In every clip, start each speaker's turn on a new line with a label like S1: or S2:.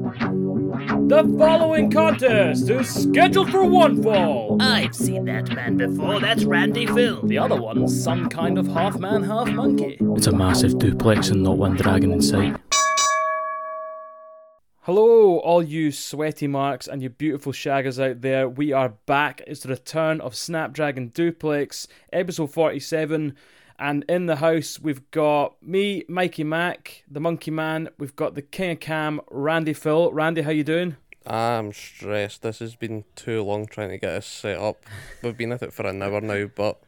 S1: The following contest is scheduled for one fall.
S2: I've seen that man before. That's Randy Phil.
S1: The other one's some kind of half man, half monkey.
S3: It's a massive duplex and not one dragon in sight.
S1: Hello, all you sweaty marks and you beautiful shaggers out there. We are back. It's the return of Snapdragon Duplex, episode 47. And in the house, we've got me, Mikey Mac, the Monkey Man. We've got the King of Cam, Randy Phil. Randy, how you doing?
S4: I'm stressed. This has been too long trying to get us set up. We've been at it for an hour now, but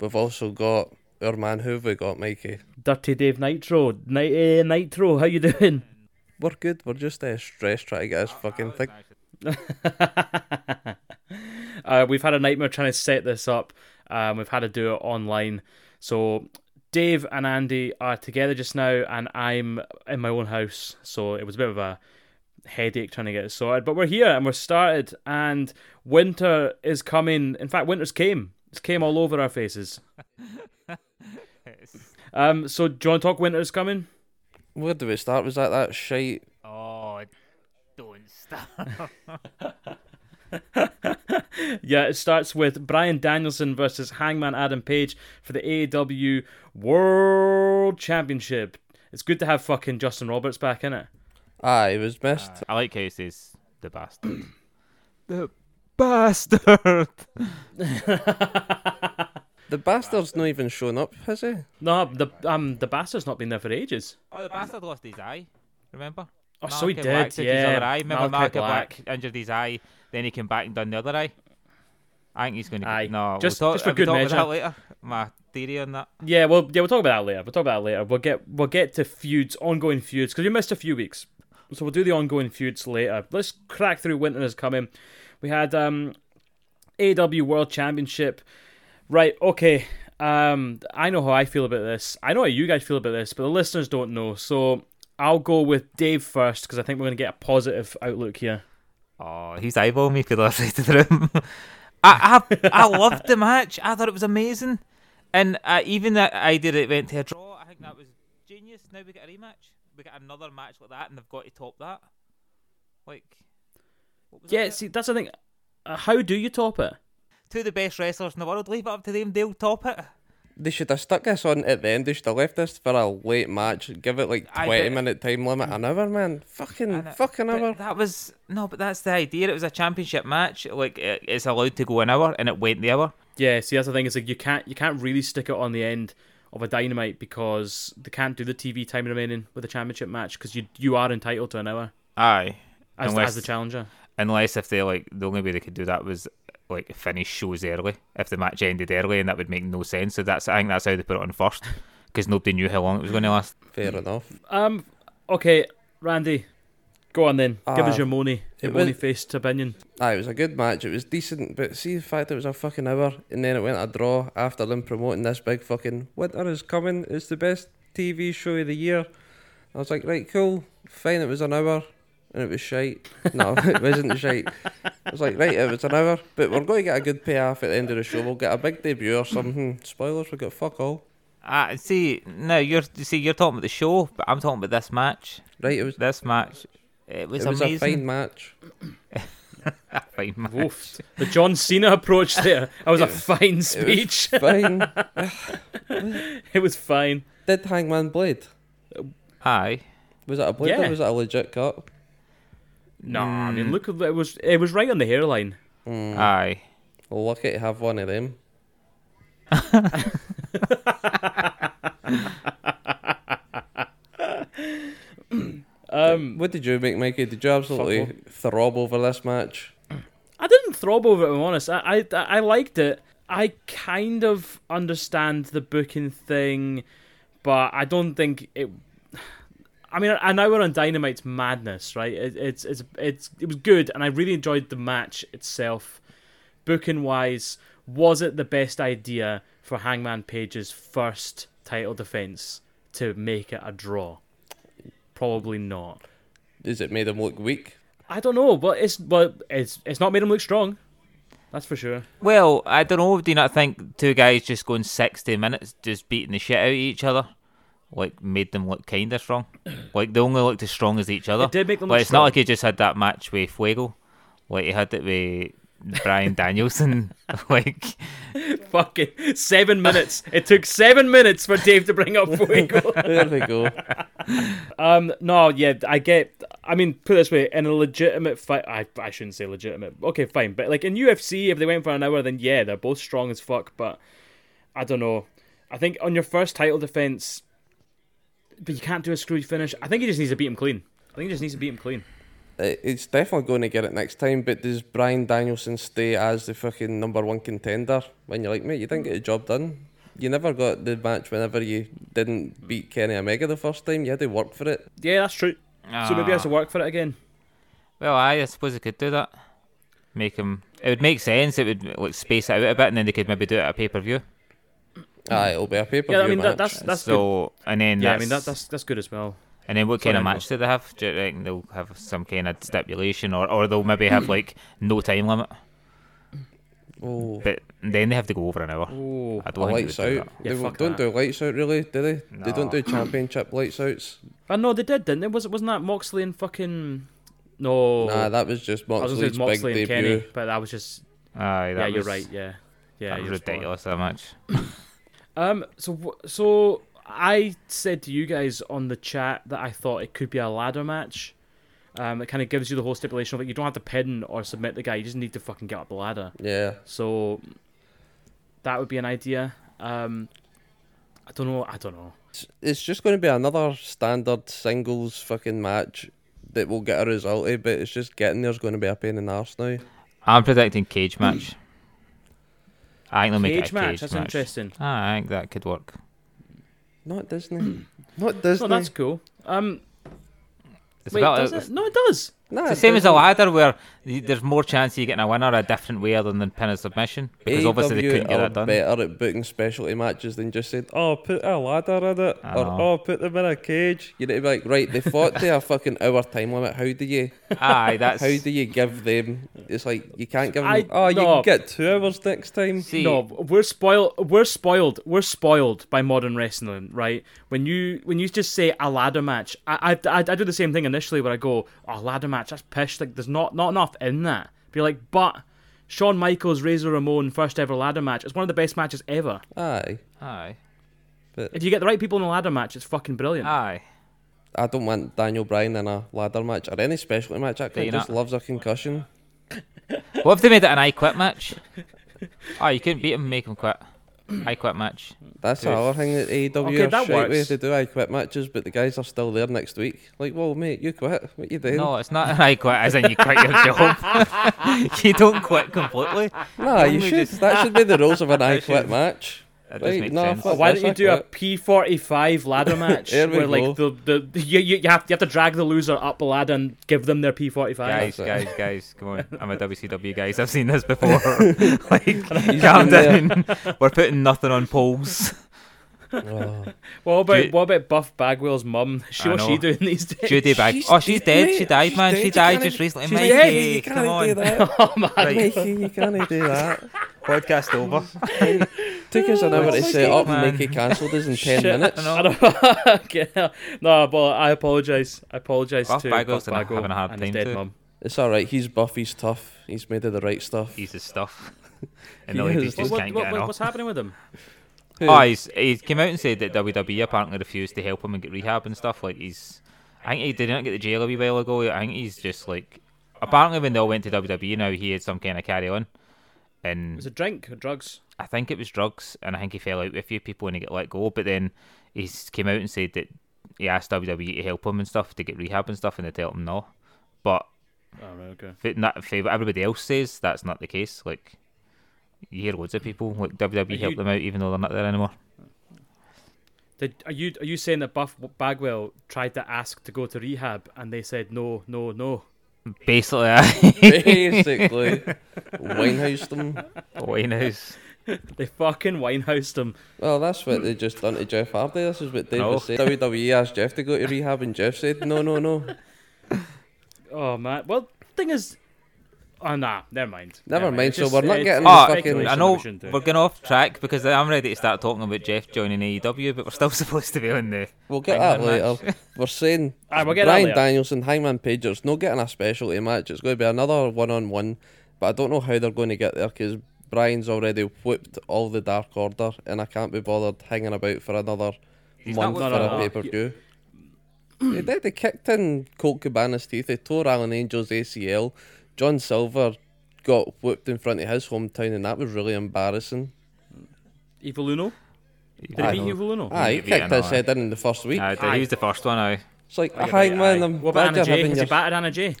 S4: we've also got our man. Who have we got, Mikey?
S1: Dirty Dave Nitro, Night uh, Nitro. How you doing?
S4: We're good. We're just uh, stressed trying to get this fucking thing.
S1: uh, we've had a nightmare trying to set this up. Um, we've had to do it online. So Dave and Andy are together just now, and I'm in my own house. So it was a bit of a headache trying to get it sorted. But we're here and we're started, and winter is coming. In fact, winter's came. It's came all over our faces. Um, so do you want to talk winter's coming?
S4: Where do we start? Was that that shite?
S2: Oh, don't stop.
S1: Yeah, it starts with Brian Danielson versus Hangman Adam Page for the AEW World Championship. It's good to have fucking Justin Roberts back in it.
S4: Ah, it was missed.
S5: I like Casey's the bastard. Oh, the bastard.
S4: the bastard's not even shown up, has he?
S1: No, the um the bastard's not been there for ages.
S5: Oh, the bastard lost his eye. Remember?
S1: Oh, so he
S5: Malachi
S1: did.
S5: Black took
S1: yeah,
S5: His other eye. Remember
S1: Malachi
S5: Malachi
S1: Black.
S5: Black. injured his eye, then he came back and done the other eye. I think he's going to.
S1: Aye.
S5: No,
S1: Just-
S5: we'll talk,
S1: just for
S5: have
S1: good
S5: we talked
S1: measure.
S5: About that later. My theory on that.
S1: Yeah, well, yeah, we'll talk about that later. We'll talk about that later. We'll get we'll get to feuds, ongoing feuds, because we missed a few weeks, so we'll do the ongoing feuds later. Let's crack through. Winter is coming. We had um, AW World Championship. Right, okay. Um, I know how I feel about this. I know how you guys feel about this, but the listeners don't know. So I'll go with Dave first because I think we're going to get a positive outlook here.
S5: Oh, he's eyeballing me for the other side of the room. I, I, I loved the match. I thought it was amazing. And uh, even that idea that it went to a draw, I think that was genius. Now we get a rematch. We get another match like that, and they've got to top that. Like, what was that
S1: Yeah,
S5: about?
S1: see, that's the thing. Uh, how do you top it?
S5: two of the best wrestlers in the world. Leave it up to them; they'll top it.
S4: They should have stuck this on at the end. They should have left this for a late match. Give it like
S5: I
S4: 20
S5: bet-
S4: minute time limit. An hour, man. Fucking,
S5: And it-
S4: fucking
S5: but
S4: hour.
S5: That was no, but that's the idea. It was a championship match. Like it, it's allowed to go an hour, and it went the hour.
S1: Yeah, see that's the thing, is like you can't you can't really stick it on the end of a dynamite because they can't do the TV time remaining with a championship match because you you are entitled to an hour
S5: Aye,
S1: as,
S5: unless
S1: as the challenger.
S5: unless if they like the only way they could do that was like finish shows early if the match ended early, and that would make no sense. So that's I think that's how they put it on first because nobody knew how long it was going to last.
S4: Fair enough.
S1: Um, okay, Randy, go on then. Give us
S4: Uh,
S1: your money, your
S4: it was-
S1: money faced opinion.
S4: Ah, it was a good match. It was decent, but see the fact it was a fucking hour and then it went a draw after them promoting this big fucking winter is coming. It's the best TV show of the year. I was like, right, cool, fine. It was an hour and it was shite. No, it wasn't shite. I was like, right, it was an hour, but we're going to get a good payoff at the end of the show. We'll get a big debut or something. Spoilers, we got fuck all.
S5: Ah, see, no, you're see, you're talking about the show, but I'm talking about this match.
S4: Right, it was.
S5: This match, it was,
S4: It was a fine
S5: amazing.
S4: match.
S5: A fine match.
S1: Oof, the John Cena approach there. That was a fine speech. It was, fine.
S4: Fine. Did Hangman Blade?
S5: Aye.
S4: Was it a blade
S1: Yeah.
S4: or was it a legit cut?
S1: No, I mean look, it was it was right on the hairline.
S4: Mm.
S5: Aye.
S4: Lucky to have one of them. um, what did you make, Mikey? Did you absolutely throb over this match?
S1: I didn't throb over it. If I'm honest. I, I I liked it. I kind of understand the booking thing, but I don't think it. I mean, an hour on Dynamite's madness, right? It, it's it's it's it was good, and I really enjoyed the match itself. Booking wise, was it the best idea for Hangman Page's first title defense to make it a draw? Probably not.
S4: Is it made him look weak?
S1: I don't know, but it's but it's it's not made him look strong. That's for sure.
S5: Well, I don't know. Do you not think two guys just going 60 minutes just beating the shit out of each other like made them look kind of strong. Like they only looked as strong as each other.
S1: It did make them
S5: But
S1: look
S5: it's not
S1: strong.
S5: like he just had that match with Fuego. Like he had it with Brian Danielson. like
S1: Fucking seven minutes. it took seven minutes for Dave to bring up Fuego.
S4: There we go. Uh,
S1: Um, no, yeah, I get. I mean, put it this way: in a legitimate fight, I, I shouldn't say legitimate. Okay, fine, but like in UFC, if they went for an hour, then yeah, they're both strong as fuck. But I don't know. I think on your first title defense, but you can't do a screwy finish. I think he just needs to beat him clean. I think he just needs to beat him clean.
S4: It- It's definitely going to get it next time, but does Brian Danielson stay as the fucking number one contender when you're like, mate, you didn't get the job done? You never got the match whenever you didn't beat Kenny Omega the first time. You had to work for it.
S1: Yeah, that's true. So maybe he has to
S5: ah,
S1: work for it again.
S5: well, aye, I suppose he could do that. Make him. It would make sense. It would like space it out a bit, and then they could maybe do it at a pay per view.
S4: Aye, it'll be a pay per view.
S1: Yeah, I mean
S4: match.
S1: that, that's that's good.
S5: So and then
S1: Yeah, I
S5: that's,
S1: mean that, that's that's good as well.
S5: And then what kind of
S1: Sorry,
S5: match do they have? Do you reckon they'll have some kind of stipulation, or, or they'll maybe
S1: Hmm.
S5: have like no time limit,
S4: Oh,
S5: but then they have to go over an hour?
S1: Oh,
S5: I don't think they
S4: lights
S5: would do
S4: out.
S5: that.
S1: Yeah,
S4: they
S1: fuck
S4: don't
S1: that.
S4: do lights out, really, do they? They don't
S5: No.
S4: do championship lights outs.
S1: I know they did, didn't they? Was wasn't that Moxley and fucking no?
S4: Nah, that was just
S1: I was gonna say it was
S4: Moxley's
S1: Moxley
S4: big
S1: and
S4: debut.
S1: Kenny, but that was just
S5: Aye, that
S1: yeah,
S5: was,
S1: you're right. Yeah, yeah,
S5: that was
S1: you're spot on.
S5: ridiculous. That match.
S1: Um, so wh- so I said to you guys on the chat that I thought it could be a ladder match. Um, it kind of gives you the whole stipulation of it. You don't have to pin or submit the guy. You just need to fucking get up the ladder.
S4: Yeah.
S1: So that would be an idea. Um, I don't know. I don't know.
S4: it's just going to be another standard singles fucking match that will get a result, eh, but it's just getting there's going to be a pain in the arse now.
S5: I'm predicting cage match. I think they'll make it
S1: Cage
S5: a
S1: match.
S5: cage
S1: that's
S5: match.
S1: interesting.
S5: Ah, I think that could work.
S4: Not Disney. Not Disney.
S1: No, that's cool. Um,
S5: It's
S1: wait,
S5: about-
S1: does
S5: it's-
S1: it? No, it does.
S4: Nah,
S5: It's the same as a
S4: Disney.
S5: ladder where y- there's more chance of you getting a winner a different way other than pin a submission because obviously they
S4: AEW
S5: couldn't get
S4: are
S5: that done.
S4: better at booking specialty matches than just saying, oh, put a ladder in it,
S5: I
S4: or
S5: know.
S4: oh, put them in a cage. You need to be like, right, they fought to a fucking hour time limit. How do you,
S5: Aye, that's
S4: how do you give them? It's like you can't give them.
S1: I-
S4: oh, you
S1: no.
S4: can get two hours next time.
S5: see.
S1: No, we're spoiled. We're spoiled. We're spoiled by modern wrestling, right? When you when you just say a ladder match, I I, I, I do the same thing initially where I go, oh, ladder match, that's pish. Like there's not not enough in that. But you're like, but Shawn Michaels Razor Ramon first ever ladder match. It's one of the best matches ever.
S4: Aye,
S5: Aye,
S1: If you get the right people in a ladder match, it's fucking brilliant.
S4: Ah,
S5: aye.
S4: I don't want Daniel Bryan in a ladder match or any specialty match. That guy
S5: you
S4: just
S5: not?
S4: loves a concussion.
S5: What if they made it an I quit match? Oh, you couldn't beat him, make him quit. I quit match.
S4: That's the
S5: Dude.
S4: other thing that AEW
S1: Okay,
S4: are
S1: that
S4: shite with.
S1: works.
S4: They do I quit matches, but the guys are still there next week. Like, well, mate, you quit. What you doing?
S5: No, it's not an I quit as in you quit your job. you don't quit completely.
S4: nah, you
S5: only
S4: should.
S5: just-
S4: That should be the rules of an I quit match.
S5: That does
S4: Right,
S5: make
S4: no,
S5: sense.
S4: fuck.
S1: Why don't you
S4: That's
S1: do
S4: a
S1: a P forty five ladder match
S4: There we
S1: where like
S4: go.
S1: the, the you, you you have you have to drag the loser up the ladder and give them their P forty five.
S5: Guys,
S4: so-
S5: guys, guys, come on. I'm a WCW guys. I've seen this before. like,
S4: been
S5: calm
S4: there.
S5: down. We're putting nothing on poles.
S4: Oh.
S1: What about
S5: Ju-
S1: what about Buff Bagwell's mum? She
S5: I
S1: what's she
S5: know.
S1: doing these days?
S5: Judy Bag.
S4: She's
S5: Oh, she's
S4: dead,
S5: dead.
S4: mate.
S5: She died,
S4: She's
S5: man.
S4: dead. You can't-
S5: She died just recently.
S4: She's
S5: Mikey,
S4: dead. You
S5: come
S4: can't do
S5: on.
S4: that.
S1: oh man.
S5: Right,
S4: Mikey, you can't do that.
S5: podcast over.
S4: Took us an hour to
S5: Mikey,
S4: set up
S5: man.
S4: and Mikey cancelled us in 10
S1: Shit.
S4: minutes.
S1: I don't- okay. No, but I apologise. I apologise
S5: Buff
S1: to
S5: Bagwell's
S1: Buff
S5: having a-
S1: Bagwell
S5: having a hard
S1: and his
S5: time
S1: dead
S5: too.
S1: mum.
S4: It's alright, he's buff, he's tough, he's made of the right stuff.
S5: He's the stuff. And the
S4: He
S5: ladies
S4: is.
S5: just
S1: What-
S5: can't
S1: what-
S5: get
S1: what-
S5: enough.
S1: what's happening with him?
S5: Oh, he's, he came out and said that WWE apparently refused to help him and get rehab and stuff. Like he's, I think he did not get to jail a wee while ago. I think he's just like, apparently when they all went to WWE now, he had some kind of carry
S1: Was
S5: on, and
S1: it drink or drugs?
S5: I think it was drugs, and I think he fell out with a few people and he got let go. But then he s- came out and said that he asked WWE to help him and stuff to get rehab and stuff, and they told him no. But
S1: Oh right, okay.
S5: if it not if what everybody else says that's not the case. Like you hear loads of people like WWE help
S1: you-
S5: them out even though they're not there anymore.
S1: Did, are you are you saying that Buff Bagwell tried to ask to go to rehab and they said no, no, no?
S5: Basically, I
S4: Basically, Winehouse them.
S5: Winehouse.
S1: They fucking winehoused him.
S4: Well, that's what they just done to Jeff Hardy. This is what Dave
S5: No.
S4: was saying. WWE E asked Jeff to go to rehab, and Jeff said, "No, no, no."
S1: Oh man. Well, thing is, Oh nah, never mind.
S4: Never mind,
S1: It's
S4: so we're not
S1: it's-
S4: getting
S5: Oh,
S4: fucking-
S5: I
S1: speculation
S5: know
S1: we shouldn't do.
S5: we're going off track because uh, I'm ready to start talking about Jeff joining AEW, but we're still supposed to be on the.
S4: We'll get
S5: Hangman
S4: that
S5: match.
S4: later. We're saying
S1: Aye, we'll get that
S4: Brian
S1: later.
S4: Danielson, Hangman Page, it's not getting a specialty match. It's going to be another one on one, but I don't know how they're going to get there because Brian's already whipped all the Dark Order, and I can't be bothered hanging about for another month for
S5: not
S1: whipped
S4: a
S1: them
S4: pay
S1: up.
S4: per view. they did. They kicked in Colt Cabana's teeth. They tore Alan Angel's ACL. John Silver got whipped in front of his hometown, and that was really embarrassing.
S1: Evil Uno? Did
S4: Aye.
S1: he beat Evil Uno?
S4: Aye, he
S5: beat
S4: kicked his
S5: Anoa'i.
S4: head in in the first week.
S5: Uh, he was the first one. I
S4: It's like,
S1: Aye,
S4: Hangman,
S1: aye.
S4: I'm
S1: What about
S4: glad
S1: Anna
S4: you're
S1: J?
S4: having
S1: Has
S4: your
S1: he battered Anna J?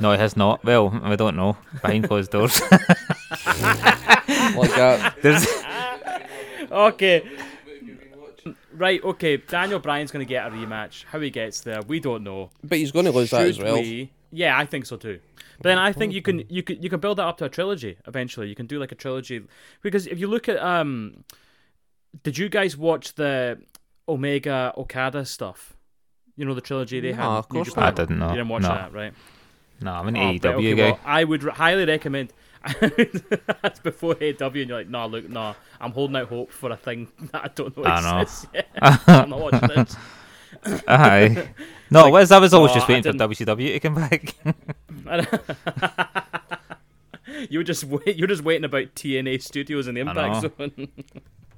S5: no, he has not. Well, we don't know behind closed doors.
S4: like uh, that.
S5: There's
S1: Okay. Right, okay. Daniel Bryan's going to get a rematch. How he gets there, we don't know.
S4: But he's going to lose that as
S1: Should
S4: well.
S1: we- Yeah, I think so too. But then I think you can you can you can build that up to a trilogy eventually. You can do like a trilogy because if you look at um, did you guys watch the Omega Okada stuff? You know the trilogy they
S4: No,
S1: had. in
S4: of
S1: New
S4: course
S1: Japan?
S5: I didn't know.
S1: You didn't watch
S5: no.
S1: that, right?
S5: No, I'm an E
S1: Oh,
S5: AEW
S1: but okay,
S5: guy.
S1: well, I would r- highly recommend. That's before AEW, and you're like, nah, look, nah, I'm holding out hope for a thing that I don't know
S5: I know.
S1: exists. yet. I'm not watching this.
S5: Aye. No, it was, I was always
S1: oh,
S5: just
S1: I
S5: waiting for
S1: didn't-
S5: WCW to come back.
S1: You were just wait, you're just waiting about TNA Studios and the Impact
S5: know.
S1: Zone.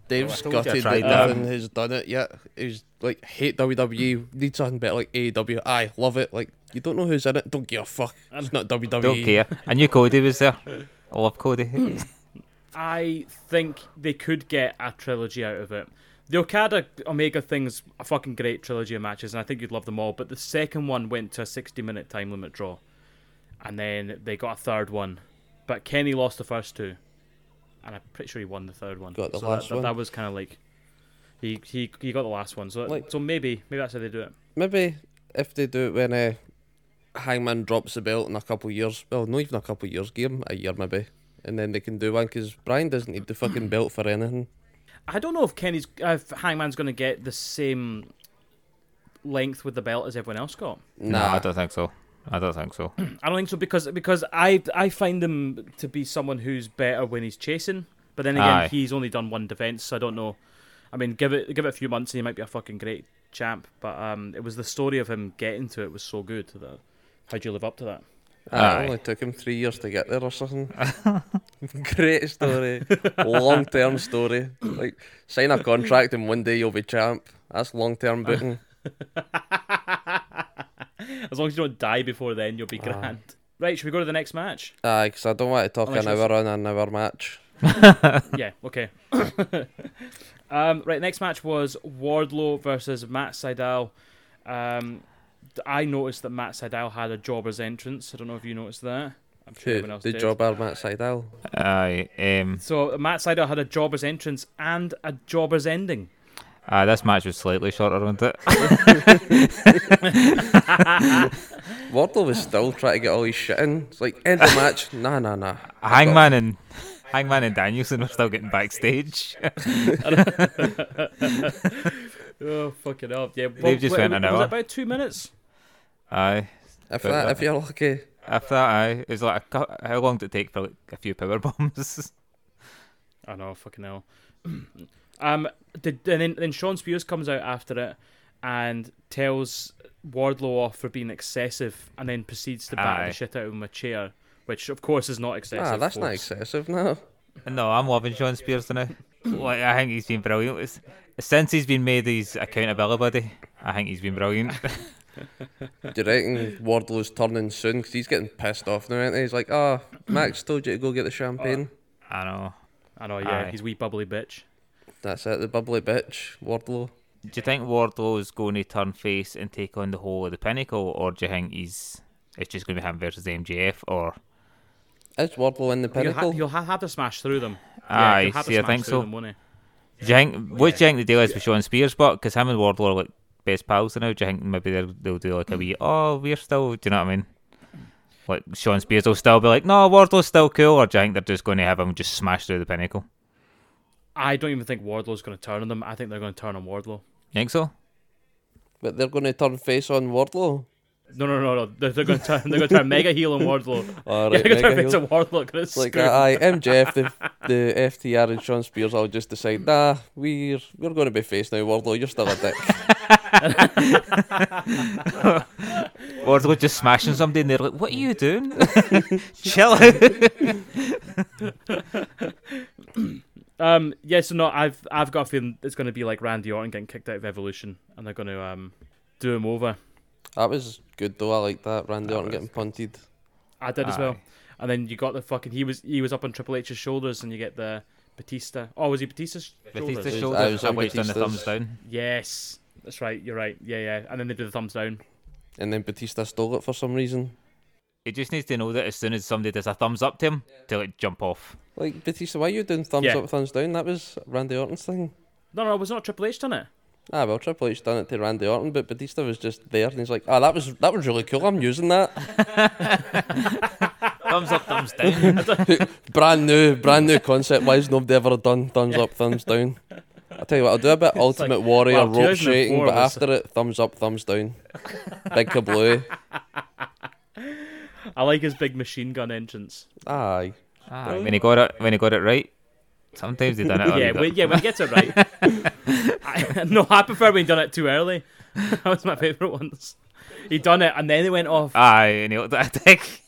S4: Dave's
S5: told you Oh, I
S4: gutted that
S5: tried that.
S4: nothing has done it yet. He's like, hate WWE, need something better like AEW. I love it. Like, you don't know who's in it, don't give a fuck. It's not E. WWE.
S5: Don't care. I knew Cody was there. I love Cody.
S1: I think they could get a trilogy out of it. The Okada Omega thing's a fucking great trilogy of matches, and I think you'd love them all. But the second one went to a 60 minute time limit draw, and then they got a third one. But Kenny lost the first two, and I'm pretty sure he won the third one.
S4: Got the
S1: so
S4: last
S1: that,
S4: one.
S1: That, that was kind of like he, he he got the last one. So
S4: Like-
S1: so maybe maybe that's how they do it.
S4: Maybe if they do it when uh, Hangman drops the belt in a couple of years, well, not even a couple of years, give him a year maybe, and then they can do one because Brian doesn't need the fucking belt for anything.
S1: I don't know if Kenny's if Hangman's going to get the same length with the belt as everyone else got.
S5: no, I don't think so. I don't think so.
S1: I don't think so because because I I find him to be someone who's better when he's chasing, but then again
S5: Aye.
S1: he's only done one defense, so I don't know. I mean, give it give it a few months and he might be a fucking great champ. But um, it was the story of him getting to it was so good that how'd you live up to that?
S4: Ah,
S5: Aye.
S4: It only took him three years to get there or something. Great story, long term story. Like sign a contract and one day you'll be champ. That's long term booking.
S1: As long as you don't die before then, you'll be grand. Right, should we go to the next match?
S4: Aye, because I don't want to talk
S1: Unless
S4: an hour on an hour match.
S1: yeah, okay. um, right, next match was Wardlow versus Matt Seidel. Um, d- I noticed that Matt Seidel had a jobber's entrance. I don't know if you noticed that. I'm sure
S4: Who,
S1: everyone else
S4: the
S1: did.
S4: jobber Matt Seidel.
S5: Aye. Um,
S1: So Matt Seidel had a jobber's entrance and a jobber's ending.
S5: aye, this match was slightly shorter, wasn't it?
S4: Wardlow was still trying to get all his shit in. It's like end of match. Nah, nah, nah.
S5: Hangman and Hangman and Danielson were still getting backstage.
S1: Oh fucking hell! Yeah, well,
S5: just
S1: wait,
S5: went
S1: was-
S5: an
S1: Was
S5: hour.
S1: it about two minutes?
S5: Aye.
S4: If that, if you're lucky,
S5: After that, aye, it was like a, cou- how long did it take for like, a few power bombs?
S1: I know, fucking hell. um, did, and then, then Sean Spears comes out after it and tells Wardlow off for being excessive, and then proceeds to batter
S5: Aye.
S1: the shit out of him with a chair, which of course is not excessive.
S4: ah, that's not
S1: folks.
S4: excessive. No,
S5: no, I'm loving Sean Spears now. Like, I think he's been brilliant. It's- since he's been made his accountability buddy, I think he's been brilliant.
S4: do you reckon Wardlow's turning soon? Because he's getting pissed off now. Ain't he? He's like, ah, Max told you to go get the champagne.
S5: I know.
S1: I know, yeah,
S5: Aye.
S1: he's wee bubbly bitch.
S4: That's it, the bubbly bitch, Wardlow.
S5: Do you think Wardlow is going to turn face and take on the whole of the pinnacle, or do you think he's it's just going to be him versus MJF? Or
S4: Is Wardlow in the
S1: He'll, ha-
S4: pinnacle?
S1: he'll ha- have to smash through them.
S5: Aye,
S1: he'll have to
S5: see, I
S1: smash
S5: think
S1: through
S5: so.
S1: Them, won't he?
S5: do you think what do you think the deal is with Sean Spears? But because him and Wardlow are like best pals now, do you think maybe they'll, they'll do like a wee oh we're still? Do you know what I mean? Like Sean Spears will still be like no Wardlow's still cool, or do you think they're just going to have him just smash through the pinnacle?
S1: I don't even think Wardlow's going to turn on them. I think they're going to turn on Wardlow.
S5: You think so?
S4: But they're going to turn face on Wardlow.
S1: No, no, no, no. They're, they're going to they're going to try mega heal on Wardlow. yeah,
S4: All Oh, right,
S1: they're going to
S4: mega
S1: turn him into
S4: heel.
S1: Wardlow. Gonna
S4: like
S1: screw
S4: that, aye, MJF, the, the FTR and Sean Spears all just decide, nah, we're we're going to be face now, Wardlow, you're still a dick.
S5: Wardlow just smashing somebody and they're like, what are you doing? Chill out.
S1: Um, yeah, so no, I've I've got a feeling it's going to be like Randy Orton getting kicked out of Evolution, and they're going to um do him over.
S4: that was good though, I like that, Randy Orton getting punted.
S1: I did as well.
S5: Aye.
S1: And then you got the fucking he was he was up on Triple H's shoulders, and you get the Batista. Oh, was he Batista's shoulders?
S5: Batista's
S4: I
S5: shoulders,
S4: was
S5: at
S4: on
S5: which done the thumbs
S4: Batista's.
S5: down.
S1: Yes, that's right. You're right. Yeah, yeah. And then they do the thumbs down.
S4: And then Batista stole it for some reason.
S5: He just needs to know that as soon as somebody does a thumbs up to him, to like jump off.
S4: Like, Batista, why are you doing thumbs
S1: Yeah.
S4: up, thumbs down? That was Randy Orton's thing.
S1: No, no, it was not Triple H done it.
S4: Ah, well, Triple H done it to Randy Orton, but Batista was just there and he's like, ah, that was that was really cool, I'm using that.
S5: Thumbs up, thumbs down.
S4: brand new, brand new concept, why has nobody ever done thumbs up, thumbs down? I tell you what, I'll do a bit Ultimate Warrior
S1: wow,
S4: rope shaking,
S1: 2004
S4: but
S1: was-
S4: after it, thumbs up, thumbs down. Big kablooey.
S1: I like his big machine gun entrance.
S4: Aye.
S5: Ah, when he got it, when he got it right. Sometimes they done it. a
S1: yeah,
S5: wee bit.
S1: when, yeah, when he gets it right. I, no, I prefer when he done it too early. that was my favourite ones. He done it, and then he went off.
S5: Aye, and he looked at a dick.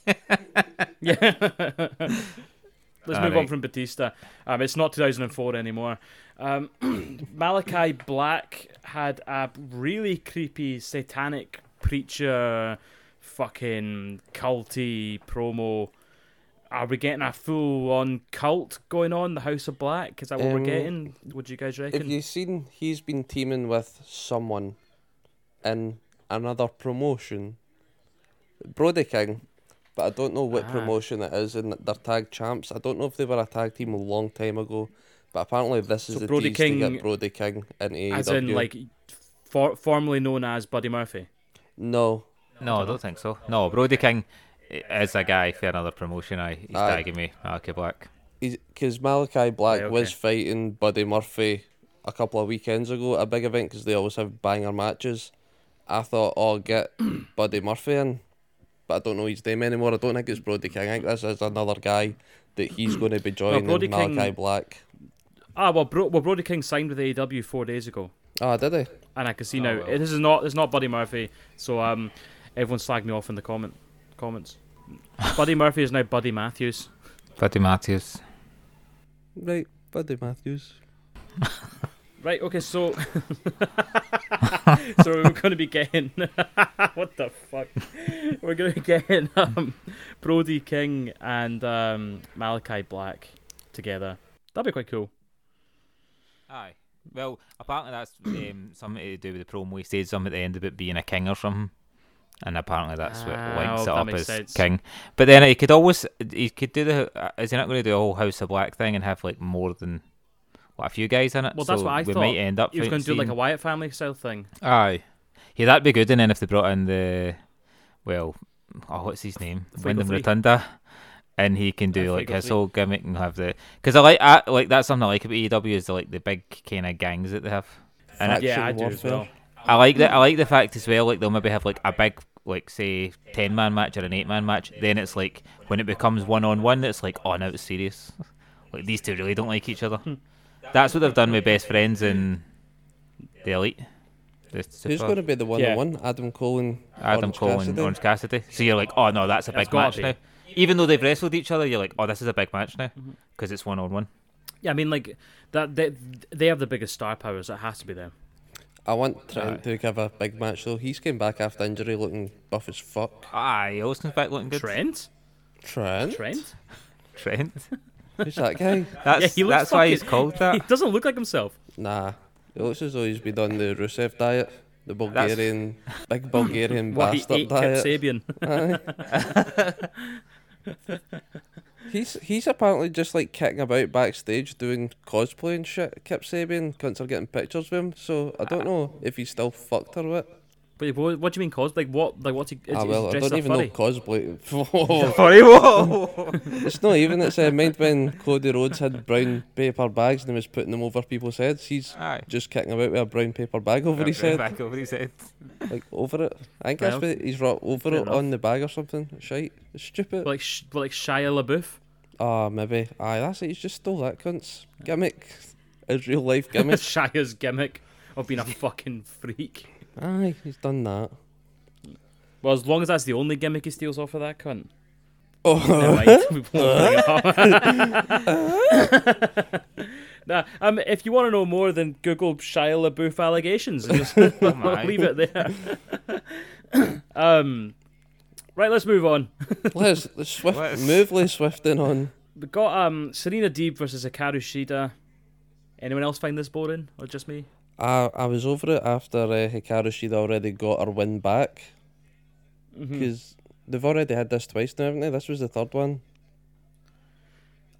S1: Yeah. Let's move on
S5: Alright.
S1: from Batista. Um, it's not 2004 anymore. Um, Malachi Black had a really creepy satanic preacher, fucking culty promo. Are we getting a full-on cult going on? The House of Black? Is that what we're
S4: Um,
S1: getting? Would you guys
S4: If
S1: reckon?
S4: you've seen, he's been teaming with someone in another promotion, Brody King, but I don't know what
S1: Ah.
S4: promotion it is, and they're tag champs. I don't know if they were a tag team a long time ago, but apparently this is
S1: So
S4: the
S1: Brody
S4: tease to
S1: King-
S4: get Brody King into E AEW.
S1: As in, like, for, formerly known as Buddy Murphy.
S4: no,
S5: No, I don't think so. No, Brody King is a guy for another promotion. Aye, he's
S4: Aye.
S5: tagging me. Okay, Black.
S4: because Malachi Black
S1: Right,
S4: was
S1: okay.
S4: fighting Buddy Murphy a couple of weekends ago, at a big event because they always have banger matches. I thought, oh, get Buddy Murphy in, but I don't know his name anymore. I don't think it's Brody King. I think this is another guy that he's going to be joining
S1: Brody
S4: Malachi
S1: King-
S4: Black.
S1: Ah, well, Bro- well, Brody King signed with AEW four days ago.
S4: Oh, did he?
S1: and I can
S5: Oh,
S1: see now this is not it's not Buddy Murphy. So um, everyone slagged me off in the comment comments. Buddy Murphy is now Buddy Matthews.
S5: Buddy Matthews.
S4: Right, Buddy Matthews.
S1: Right. Okay. So so we're going to be getting what the fuck? We're going to be getting um, Brody King and um, Malachi Black together. That'd be quite cool.
S5: Aye. Well, apparently that's um, something to do with the promo. He said something at the end about being a king or something, and apparently that's what
S1: Ah,
S5: links it
S1: that
S5: up
S1: makes
S5: as
S1: sense.
S5: king. But then he could always he could do the uh, is he not going to do a whole House of Black thing and have like more than what a few guys in it?
S1: Well, that's
S5: So
S1: what I
S5: we
S1: thought.
S5: might end up.
S1: He was
S5: fi-
S1: going to do like a
S5: seeing-
S1: Wyatt family style thing.
S5: aye. Yeah, that'd be good. And then if they brought in the well, oh, what's his name?
S1: Fuego
S5: Wyndham
S1: Three.
S5: Rotunda. And he can do
S1: Ah,
S5: like
S1: Fuego
S5: his
S1: Three.
S5: whole gimmick and have the because I like I, like that's something I like about EW is the, like the big kind of gangs that they have. And
S4: Faction
S1: yeah, I do as
S4: warfare.
S1: well.
S5: I like that. I like the fact as well. Like they'll maybe have like a big, like say, ten man match or an eight man match. Then it's like when it becomes one on one, it's like, oh, now it's serious. Like these two really don't like each other. That's what they've done with best friends and the elite. The
S4: Who's
S5: Super-
S4: going to be the one
S1: Yeah.
S4: on one? Adam Cole and
S5: Adam
S4: Orange
S5: Cole and
S4: Cassidy?
S5: Orange Cassidy. So you're like, oh no, that's a
S1: That's
S5: big
S1: gotta
S5: match
S1: be.
S5: now. Even though they've wrestled each other, you're like, oh, this is a big match now
S1: Mm-hmm.
S5: because it's one on one.
S1: Yeah, I mean like that. They they have the biggest star powers. That has to be them.
S4: I want Trent to give a big match though. He's came back after injury looking buff as fuck.
S1: Ah,
S5: Aye, always comes back looking good.
S1: Trent.
S4: Trent?
S1: Trent.
S5: Trent.
S4: Who's that guy?
S5: That's
S1: Yeah, he looks
S5: that's why he's
S1: fucking-
S5: called that.
S1: He doesn't look like himself.
S4: Nah, it looks as though he's been on the Rusev diet, the Bulgarian, big Bulgarian
S1: What he
S4: bastard uh,
S1: ate Kip
S4: diet.
S1: Sabian.
S4: He's he's apparently just like kicking about backstage doing cosplay and shit. Kip Sabian, cunts are getting pictures with him, so I don't know if he's still fucked or what.
S1: But what, what do you mean cosplay? Like what? Like what's he? Is,
S4: ah
S1: is
S4: well,
S1: he
S4: I
S1: dressed
S4: don't
S1: up
S4: even
S1: furry?
S4: know cosplay. Whoa.
S5: Sorry, whoa.
S4: it's not even. It's uh, mind when Cody Rhodes had brown paper bags and he was putting them over people's heads. He's
S5: Aye.
S4: just kicking about with a brown paper bag over his head,
S5: Back over his head.
S4: like over it. I think
S1: Well,
S4: that's what he's wrote over
S1: fair
S4: it
S1: enough.
S4: on the bag or something. Shite. It's stupid.
S1: like sh- like Shia LaBeouf.
S4: Ah, maybe. Aye, that's it. He's just stole that cunt's gimmick. His real life gimmick.
S1: Shia's gimmick of being a fucking freak.
S4: Aye, he's done that.
S1: Well, as long as that's the only gimmick he steals off of that cunt. Never
S4: Oh,
S1: mind, we won't bring it up. Nah, um, if you want to know more, then Google Shia LaBeouf allegations. And just
S5: Oh
S1: we'll
S5: my.
S1: leave it there. um, right, let's move on.
S4: let's, let's swift,
S5: Let's-
S4: move Lee Swift in on.
S1: We got um Serena Deeb versus Hikaru Shida. Anyone else find this boring or just me?
S4: I, I was over it after uh, Hikaru Shida already got her win back. Because they've already had this twice now, haven't they? This was the third one.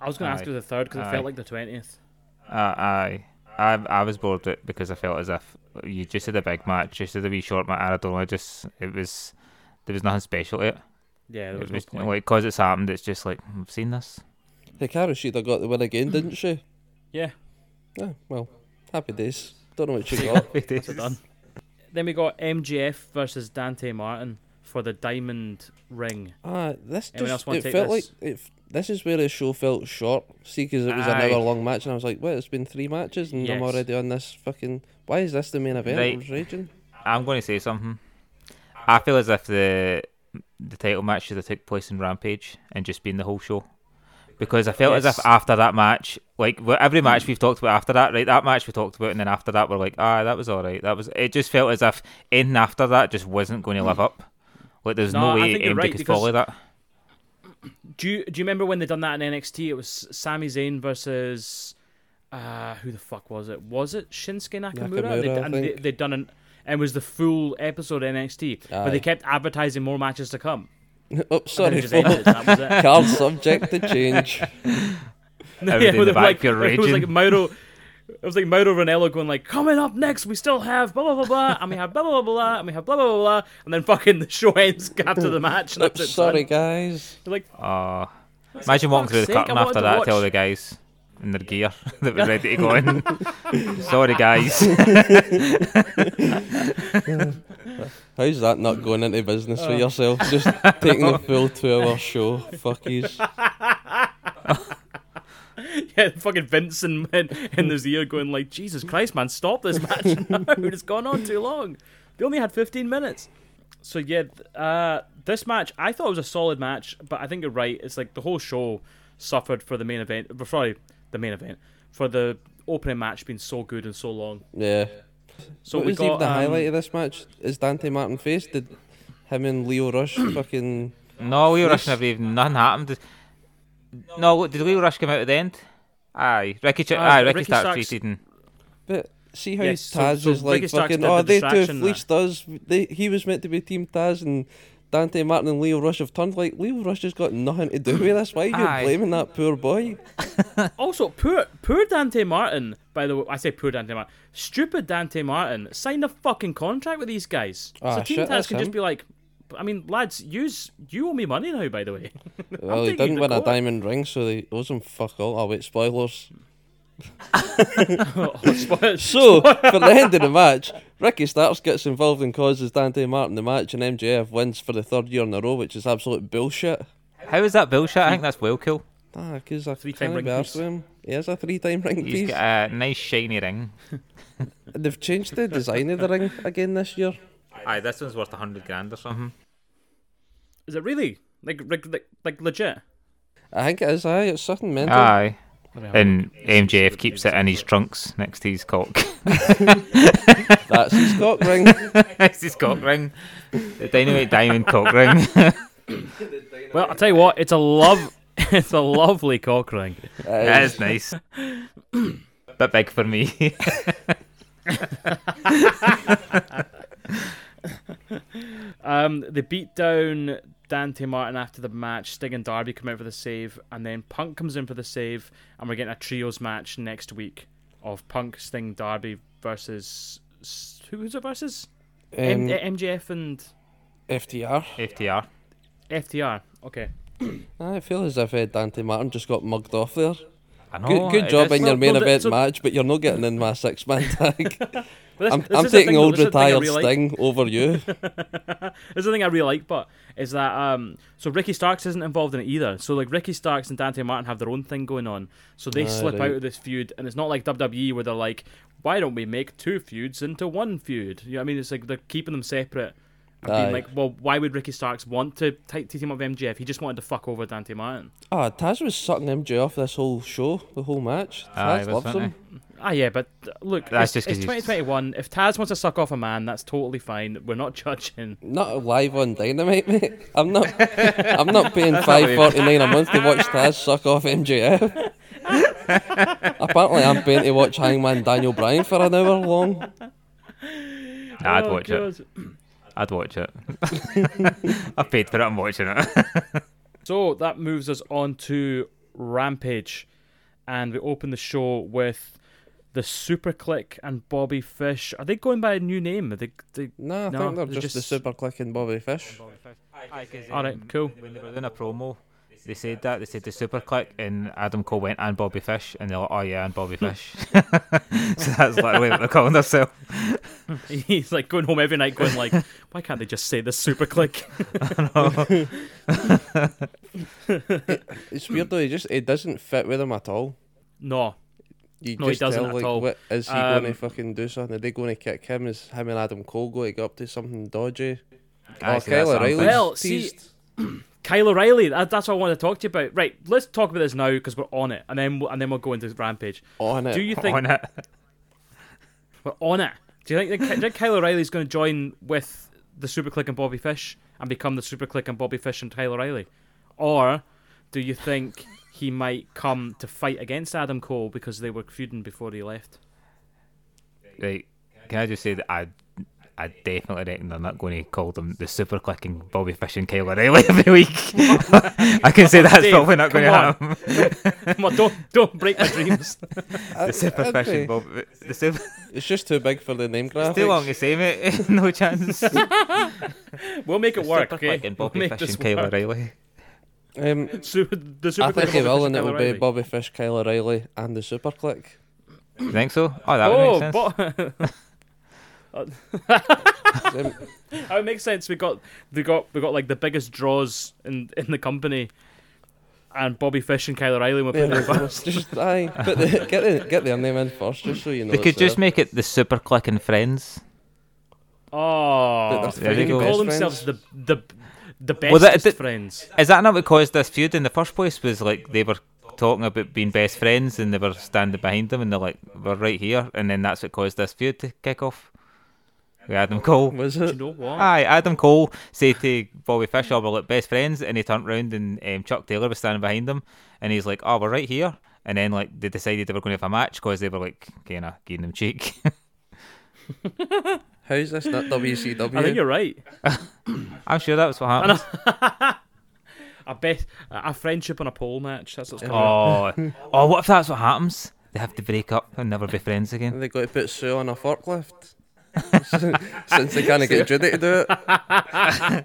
S1: I was going to ask
S5: Aye.
S1: you the third because it
S5: Aye.
S1: felt like the twentieth.
S5: Uh, aye. I, I was bored with it because I felt as if you just did a big match, just did a wee short match. I don't know. I just it was there was nothing special to it.
S1: Yeah, there was
S5: It
S1: no
S5: was
S1: point.
S5: like because it's happened. It's just like "Hmm, I've seen this.
S4: Hikaru Shida got the win again, didn't she?
S1: yeah,
S4: Ah, well, happy days. Don't know what she got.
S1: that's it done. Then we got MGF versus Dante Martin for the diamond ring.
S4: Ah, this
S1: Anyone else
S4: just
S1: wanna
S4: it
S1: take
S4: felt
S1: this?
S4: like it, this is where the show felt short. See, because it was
S5: Aye.
S4: an hour long match, and I was like, "What? It's been three matches, and I'm
S1: Yes.
S4: already on this fucking. Why is this the main event?" I
S5: Right.
S4: was raging.
S5: I'm going to say something. I feel as if the the title match should have took place in Rampage and just been the whole show. Because I felt as
S1: Yes.
S5: if after that match, like wh- every match we've talked about after that, right? That match we talked about, and then after that, we're like, ah, that was all right. That was. It just felt as if anything after that just wasn't going to live up. Like there's no,
S1: Hmm. No, I
S5: way
S1: think you're
S5: anybody
S1: right,
S5: could
S1: because-
S5: follow that.
S1: Do you do you remember when they done that in NXT? It was Sami Zayn versus uh who the fuck was it? Was it Shinsuke Nakamura?
S4: Nakamura,
S1: they,
S4: I
S1: and they,
S4: think.
S1: they'd done an and was the full episode of NXT, but
S4: Aye.
S1: they kept advertising more matches to come.
S4: oh,
S1: And
S4: sorry,
S1: it just ended.
S4: folks.
S1: That was it.
S4: Card subject to change.
S5: Everything in
S1: well,
S5: the
S1: they were
S5: back, you're
S1: It was like
S5: raging.
S1: Mauro. It was like Mauro Ranello going like, "Coming up next, we still have blah blah blah blah, and we have blah blah blah blah, and we have blah blah blah blah," and then fucking the show ends after the match. And
S4: Oops,
S1: that's it.
S4: sorry,
S1: done.
S4: guys.
S1: You're like
S5: Uh, imagine walking through
S1: fuck's
S5: the
S1: sake,
S5: curtain
S1: I wanted
S5: after
S1: to
S5: that
S1: watch-
S5: to all the guys in their gear that was ready to go in. Sorry, guys.
S4: How's that not going into business for yourself? Just taking the full two-hour show. Fuckies.
S1: yeah, fucking Vincent in, in his ear going like, "Jesus Christ, man, stop this match now! It's gone on too long. They only had 15 minutes." So yeah, th- uh, this match I thought it was a solid match, but I think you're right. It's like the whole show suffered for the main event. for- Sorry, the main event for the opening match being so good and so long.
S4: Yeah.
S1: So
S4: what
S1: we
S4: was
S1: got
S4: even the
S1: um,
S4: highlight of this match? Is Dante Martin face? Did him and Leo Rush fucking?
S5: No, Leo Rush
S4: Fish.
S5: never even nothing happened. No, what- did Leo Rush come out at the end? Aye, Ricky. Ch-
S1: Aye,
S5: aye, Ricky,
S1: Ricky
S5: starts
S1: Starks-
S5: cheating.
S4: But see how
S1: Yes, so-
S4: Taz
S1: so
S4: is like
S1: Ricky Starks
S4: fucking.
S1: did
S4: Oh,
S1: the
S4: they two
S1: distraction
S4: fleeced us. They, he was meant to be Team Taz, and Dante Martin and Leo Rush have turned. Like Leo Rush has got nothing to do with this. Why are you
S5: Aye.
S4: blaming that poor boy?
S1: Also, poor poor Dante Martin. By the way, I say poor Dante Martin. Stupid Dante Martin signed a fucking contract with these guys.
S4: Ah,
S1: so Team
S4: shit,
S1: Taz
S4: that's
S1: could
S4: him.
S1: just be like, I mean, lads, use you owe me money now. By the way,
S4: Well, he
S1: taking
S4: didn't
S1: the
S4: win a
S1: court.
S4: diamond ring, so they owes him fuck all. Oh wait, spoilers.
S1: Oh, spoil-
S4: So for the end of the match, Ricky Starks gets involved and causes Dante Martin the match, and MJF wins for the third year in a row, which is absolute bullshit.
S5: How is that bullshit? I think that's well cool.
S4: Ah, because I
S1: Three-time
S4: can't
S1: ring
S4: be arsed
S1: piece.
S4: with him. He is a three-time ring
S5: He's
S4: piece.
S5: got a nice shiny ring.
S4: They've changed the design of the ring again this year.
S5: Aye, this one's worth a hundred grand or something.
S1: Is it really like like like, like legit?
S4: I think it is. Aye, it's something mental.
S5: Mm-hmm. Aye, and MJF keeps it in his trunks next to his cock.
S4: That's his cock ring.
S5: it's his cock ring, the dynamite diamond cock ring.
S1: Well, I'll tell you what, it's a love, it's a lovely cock ring.
S4: um,
S5: that is nice, but big for me.
S1: Um, they beat down Dante Martin after the match. Sting and Darby come out for the save, and then Punk comes in for the save, and we're getting a trios match next week of Punk, Sting, Darby versus who was it versus? M-
S4: Um,
S1: MJF and
S4: FTR.
S5: FTR.
S1: FTR. Okay.
S4: I feel as if uh, Dante Martin just got mugged off there.
S5: I know.
S4: Good, good
S5: Oh, it
S4: job
S5: is-
S4: in your
S1: Well,
S4: main
S1: well, the-
S4: event
S1: so-
S4: match, but you're not getting in my six man tag.
S1: But this-
S4: I'm,
S1: this
S4: I'm
S1: is the
S4: taking
S1: thing, though,
S4: old
S1: this is the thing I
S4: retired
S1: really like.
S4: Sting over you.
S1: This is the thing I really like, but is that um, so Ricky Starks isn't involved in it either. So like Ricky Starks and Dante Martin have their own thing going on, so they
S4: Ah,
S1: slip
S4: right.
S1: out of this feud, and it's not like WWE where they're like, why don't we make two feuds into one feud? You know what I mean? It's like they're keeping them separate. I
S4: Aye.
S1: mean, like, well, why would Ricky Starks want to t- team up with MJF? He just wanted to fuck over Dante Martin.
S4: Ah, Taz was sucking MJ off this whole show, the whole match.
S5: Aye,
S4: Taz
S5: that's
S4: loves
S5: funny.
S4: him.
S1: Ah, yeah, but uh, look,
S5: That's
S1: it's,
S5: just 'cause
S1: it's
S5: he's-
S1: 2021. If Taz wants to suck off a man, that's totally fine. We're not judging.
S4: Not live on Dynamite, mate. I'm not. I'm not paying
S5: what
S4: five forty nine a month to watch Taz suck off MJF. Apparently, I'm paying to watch Hangman Daniel Bryan for an hour long.
S5: Nah, I'd
S1: Oh,
S5: watch it.
S1: God.
S5: I'd watch it. I paid for it. I'm watching it.
S1: So that moves us on to Rampage, and we open the show with the Super Click and Bobby Fish. Are they going by a new name? Are they, they...
S4: No, I
S1: No,
S4: think they're
S1: they're
S4: just, the
S1: just-
S4: super click and Bobby Fish.
S1: All right, cool.
S5: When they were doing a promo, they said that they said the super click, and Adam Cole went and Bobby Fish, and they're like, oh yeah, and Bobby Fish. so that's literally what they're calling themselves.
S1: He's like going home every night, going like, "Why can't they just say the Super Click?"
S4: It's weird though. He just it doesn't fit with him at all.
S1: no,
S4: You
S1: No, he
S4: just
S1: doesn't
S4: tell,
S1: at
S4: like,
S1: all.
S4: What, is he
S1: Um,
S4: going to fucking do something? Are they going to kick him? Is him and Adam Cole going to go up to something dodgy?
S5: Aye,
S4: oh,
S5: see, that's
S4: Kyle
S5: something.
S4: O'Reilly's
S1: Well, see-
S4: teased.
S1: Kyle O'Reilly. That, that's what I wanted to talk to you about. Right, let's talk about this now because we're on it, and then we'll, and then we'll go into Rampage.
S4: on it.
S1: Do you think
S5: Uh, on it.
S1: we're on it? Do you think that, Ky- do you think Kyle O'Reilly's going to join with the Super Click and Bobby Fish and become the Super Click and Bobby Fish and Kyle O'Reilly, or do you think he might come to fight against Adam Cole because they were feuding before he left?
S5: Right. Can I just say that I, I definitely reckon they're not going to call them the super clicking Bobby Fish and Kyle O'Reilly every week. I can say that's
S1: Dave,
S5: probably not going to
S1: come on.
S5: happen.
S1: Come on, don't don't break my dreams.
S5: The super
S4: I'd
S5: fish
S4: be-
S5: and Bobby. The super.
S4: It's just too big for the name graphics.
S5: It's too long to say, mate. eh? no chance.
S1: We'll make it work.
S5: super
S1: Okay?
S5: clicking Bobby
S1: We'll make
S5: Fish
S1: this
S5: and Kyle
S1: work.
S5: O'Reilly.
S4: Um,
S1: Su- the Super
S4: I
S1: Click
S4: think he
S1: and Bobby Fish
S4: will, and
S1: and
S4: it will
S1: Kyle
S4: be
S1: O'Reilly.
S4: Bobby Fish, Kyle O'Reilly, and the super click.
S5: You think so? Oh, that would make
S1: Oh,
S5: sense.
S1: bo-
S4: Um,
S1: that would make sense. We got we got we got like the biggest draws in in the company, and Bobby Fish and Kyle O'Reilly were
S4: there
S1: putting
S4: we
S1: their
S4: go. just aye, but the, get the, get their name in first, just so you know.
S5: They could
S4: it's there.
S5: just make it the super clicking friends.
S1: Oh,
S4: That's
S5: There you
S1: they
S5: go.
S1: call
S4: best
S1: themselves the
S4: friends.
S1: the the bestest
S5: Well, that- that-
S1: friends.
S5: Is that not what caused this feud in the first place? Was like they were talking about being best friends and they were standing behind them and they're like, we're right here. And then that's what caused this feud to kick off. With Adam Cole.
S4: Was
S1: Do
S4: it?
S1: you know what?
S5: Aye, Adam Cole said to Bobby Fischer, we're like best friends. And he turned round and um, Chuck Taylor was standing behind him. And he's like, oh, we're right here. And then like they decided they were going to have a match because they were like kind of giving them cheek.
S4: How's this not WCW?
S1: I think you're right.
S5: I'm sure that was what happened.
S1: A best a friendship on a pole match. That's what's called.
S5: Oh, oh, what if that's what happens? They have to break up and never be friends again.
S4: they got to put Sue on a forklift. Since they can't get Judy to do it.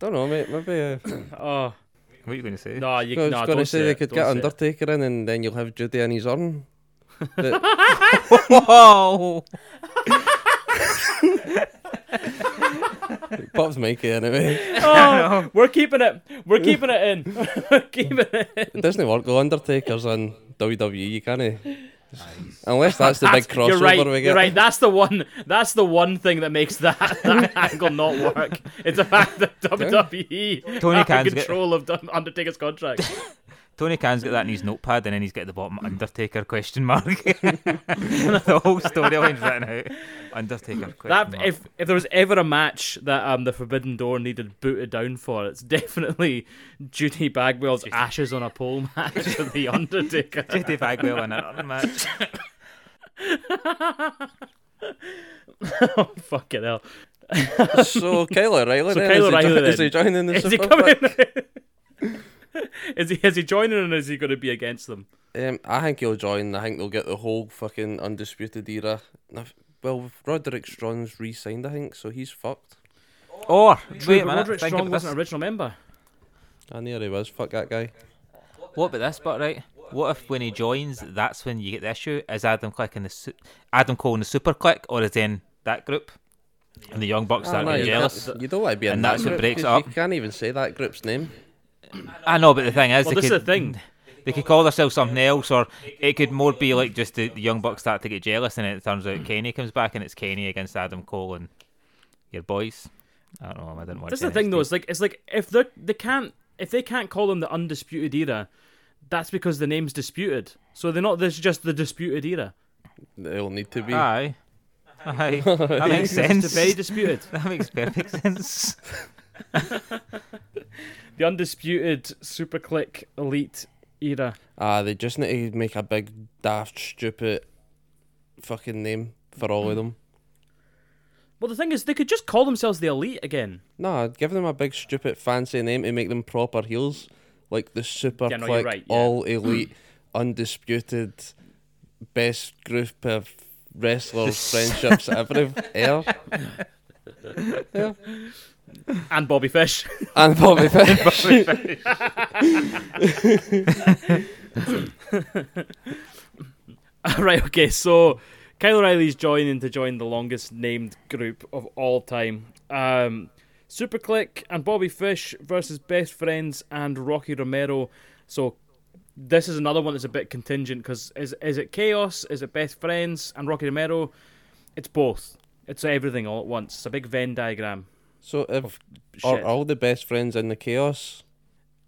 S4: Don't know, mate. Maybe. Uh,
S1: Oh,
S5: What are you going to say?
S1: no, you
S4: I was
S1: no,
S4: going to
S1: don't
S4: say,
S1: say
S4: they
S1: it,
S4: could
S1: don't
S4: get
S1: say it.
S4: Undertaker in, and then you'll have Judy and his urn.
S5: Whoa!
S4: Pop's Mikey anyway.
S1: Oh, we're keeping it. We're keeping it in. we're keeping it. In.
S4: It doesn't work. The Undertaker's on WWE. E, You can't. Unless that's the big crossover
S1: You're right.
S4: we get.
S1: You're right. That's the one. That's the one thing that makes that, that angle not work. It's the fact that WWE
S5: Tony
S1: have
S5: Khan's
S1: control of Dun- Undertaker's contract.
S5: Tony Khan's got that in his notepad, and then he's got the bottom Undertaker question mark. the whole storyline's written out. Undertaker question
S1: That
S5: mark.
S1: if if there was ever a match that um the Forbidden Door needed booted down for, it's definitely Judy Bagwell's ashes on a pole match with the Undertaker.
S5: JD Bagwell in another match.
S1: oh fucking hell!
S4: So Kyle O'Reilly
S1: So
S4: then,
S1: Kyle
S4: is, he
S1: O'Reilly
S4: jo- is
S1: then.
S4: he joining the
S1: Is he
S4: Super
S1: coming?
S4: Bowl?
S1: is he is he joining and is he going to be against them?
S4: Um, I think he'll join. I think they'll get the whole fucking undisputed era. And if- Well, Roderick Strong's re-signed, I think, so he's fucked.
S5: Or
S1: True,
S5: wait a
S1: but
S5: minute,
S1: Roderick
S5: think
S1: Strong
S5: about
S1: wasn't
S5: this.
S1: an original member.
S4: I knew he was. Fuck that guy.
S5: What about this part, right? What if when he joins, that's when you get the issue? Is Adam Click in the su- Adam Cole in the Super Click, or is in that group? And the Young Bucks start
S4: Ah, no,
S5: getting
S4: you
S5: jealous.
S4: can't- You don't want to be in
S5: And
S4: that
S5: that's what
S4: group,
S5: breaks
S4: 'cause
S5: it
S4: You
S5: up.
S4: can't even say that group's name.
S5: I know, but the thing is,
S1: Well,
S5: they
S1: this
S5: could,
S1: is the thing.
S5: They could call themselves something else, or it could more be like just the, the Young Bucks start to get jealous, and it turns
S1: Hmm.
S5: out Kenny comes back, and it's Kenny against Adam Cole and your boys. I don't know. I didn't watch.
S1: That's the thing,
S5: NXT.
S1: though. It's like it's like if they they can't if they can't call them the undisputed era, that's because the name's disputed. So they're not. This is just the disputed era.
S4: They'll need to be.
S5: Aye, aye, that makes
S1: It's
S5: sense.
S1: very disputed.
S5: That makes perfect sense.
S1: the undisputed super click elite era.
S4: Ah, they just need to make a big, daft, stupid, fucking name for all of them.
S1: Well, the thing is, they could just call themselves the elite again.
S4: Nah, give them a big, stupid, fancy name to make them proper heels, like the Super
S1: Yeah, no, you're
S4: Click,
S1: right, yeah.
S4: All Elite, Undisputed, Best Group of Wrestlers, Friendships Ever, Air,
S1: And Bobby Fish.
S4: and Bobby Fish.
S1: right. Okay. So Kyle O'Reilly's joining to join the longest named group of all time. Um, super click and Bobby Fish versus Best Friends and Rocky Romero. So this is another one that's a bit contingent because is is it Chaos? Is it Best Friends and Rocky Romero? It's both. It's everything all at once. It's a big Venn diagram.
S4: So if
S1: Oh, shit.
S4: are all the best friends in the chaos?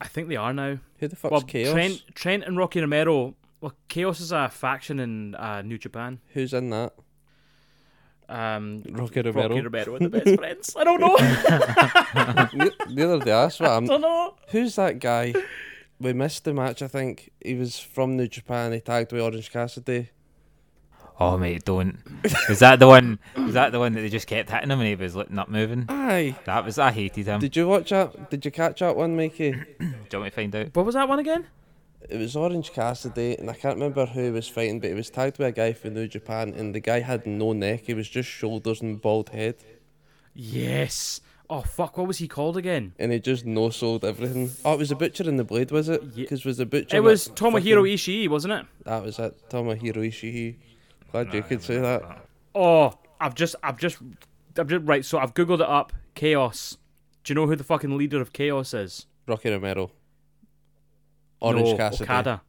S1: I think they are now.
S4: Who the fuck's
S1: Well,
S4: chaos?
S1: Trent, Trent and Rocky Romero. Well, Chaos is a faction in uh, New Japan.
S4: Who's in that?
S1: Um,
S4: Rocky Romero.
S1: Rocky Romero and the best friends. I don't know.
S4: Ne- Neither do I. That's what I'm.
S1: don't know.
S4: Who's that guy? We missed the match. I think he was from New Japan. He tagged with Orange Cassidy.
S5: Oh mate, don't. Is that the one? Is that the one that they just kept hitting him and he was like, not moving?
S4: Aye.
S5: That was I hated him.
S4: Did you watch that? Did you catch that one, Mikey?
S5: Do you want me to find out?
S1: What was that one again?
S4: It was Orange Cassidy, and I can't remember who he was fighting, but he was tagged with a guy from New Japan, and the guy had no neck. He was just shoulders and bald head,
S1: Yes. Oh fuck! What was he called again?
S4: and he just no sold everything. Oh, it was the butcher and the blade, was it?
S1: Ye-
S4: Because was the butcher.
S1: It
S4: not
S1: was Tomohiro
S4: fucking-
S1: Ishii, wasn't it?
S4: That was it. Tomohiro Ishii. Glad you could say that.
S1: Oh, I've just, I've just, I've just right. So I've googled it up. Chaos. Do you know who the fucking leader of Chaos is?
S4: Rocky Romero. Orange
S1: no,
S4: Cassidy.
S1: Okada.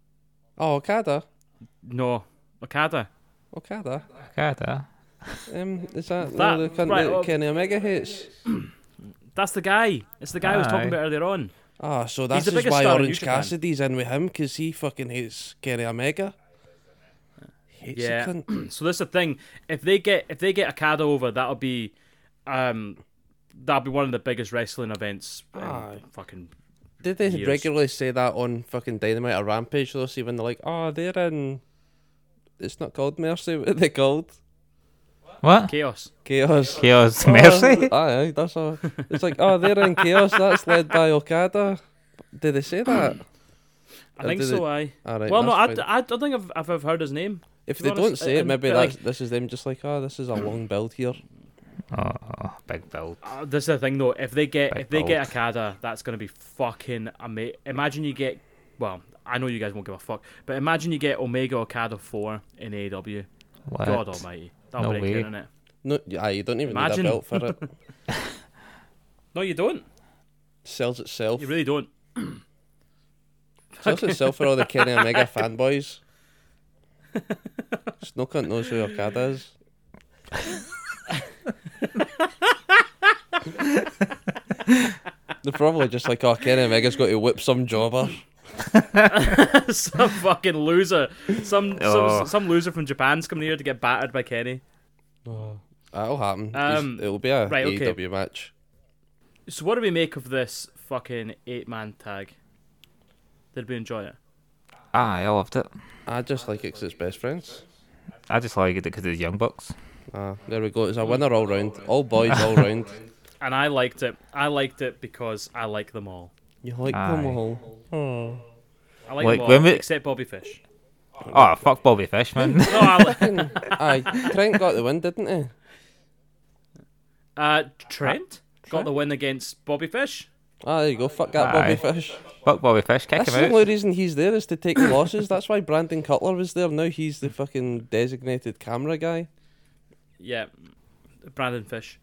S4: Oh, Okada.
S1: No, Okada.
S4: Okada.
S5: Okada.
S4: Um, is that,
S1: That-
S4: no, the cunt
S1: right,
S4: that
S1: well-
S4: Kenny Omega hates?
S1: That's the guy. It's the guy I was talking
S5: Aye.
S1: about earlier on.
S4: Ah, so that's
S1: the
S4: just
S1: biggest
S4: why
S1: star in
S4: Orange
S1: New Japan.
S4: Cassidy's in with him, because he fucking hates Kenny Omega. Hates
S1: Yeah.
S4: the cunt.
S1: So that's the thing. If they get if they get Okada over, that'll be, um, that'll be one of the biggest wrestling events. in
S4: Aye.
S1: fucking
S4: Did they
S1: Years.
S4: regularly say that on fucking Dynamite or Rampage, though? See, when they're like, oh, they're in. It's not called Mercy, what are they called?
S5: What?
S1: chaos.
S4: Chaos.
S1: Oh.
S5: Chaos Mercy.
S4: Aye, aye, that's all. It's like, oh, they're in chaos. That's led by Okada. Did they say that?
S1: I
S4: Or
S1: think
S4: did
S1: so.
S4: it-
S1: Aye.
S4: All right.
S1: well, no, I,
S4: that's fine.
S1: I don't think I've, I've, I've heard his name.
S4: if
S1: to
S4: they
S1: be
S4: don't
S1: honest,
S4: say it,
S1: um,
S4: maybe
S1: but,
S4: that's,
S1: like-
S4: this is them just like, oh, this is a long build here.
S5: Oh, big build.
S1: Uh, this is the thing though. If they get
S5: Big
S1: if they get
S5: balls.
S1: Akada, that's gonna be fucking amazing. Imagine you get well. I know you guys won't give a fuck, but imagine you get Omega Okada four in AEW.
S5: What?
S1: God Almighty, that'll
S5: No
S1: break
S5: way.
S1: it, innit?
S4: No, aye, you don't even
S1: Imagine.
S4: need a belt for it.
S1: No, you don't.
S4: Sells itself.
S1: You really don't.
S4: Sells itself for all the Kenny Omega fanboys. Just no cunt knows who Okada is. They're probably just like, oh, Kenny Omega's got to whip some jobber.
S1: some fucking loser. Some,
S5: Oh.
S1: some some loser from Japan's coming here to get battered by Kenny.
S4: That'll happen. He's-
S1: Um,
S4: It'll be a
S1: right, okay.
S4: AEW match.
S1: So what do we make of this fucking eight man tag? Did we enjoy it?
S5: Aye, I loved it.
S4: I just like it 'cause it's best friends.
S5: I just liked it because of the Young Bucks.
S4: Ah, there we go. It's a winner all round. All boys all round.
S1: And I liked it. I liked it because I like them all.
S4: You like
S5: Aye.
S4: them all.
S1: I like,
S5: Like,
S1: them all
S5: when we-
S1: except Bobby Fish.
S5: Oh, fuck Bobby Fish, man.
S1: No, I,
S4: Aye, Trent got the win, didn't he?
S1: uh, Trent got the win against Bobby Fish.
S4: Ah, there you go. Fuck that Bobby
S5: Aye.
S4: Fish.
S5: fuck Bobby Fish, kick
S4: That's the
S5: him out.
S4: only reason he's there is to take the losses. That's why Brandon Cutler was there. Now he's the fucking designated camera guy.
S1: Yeah, Brandon Fish.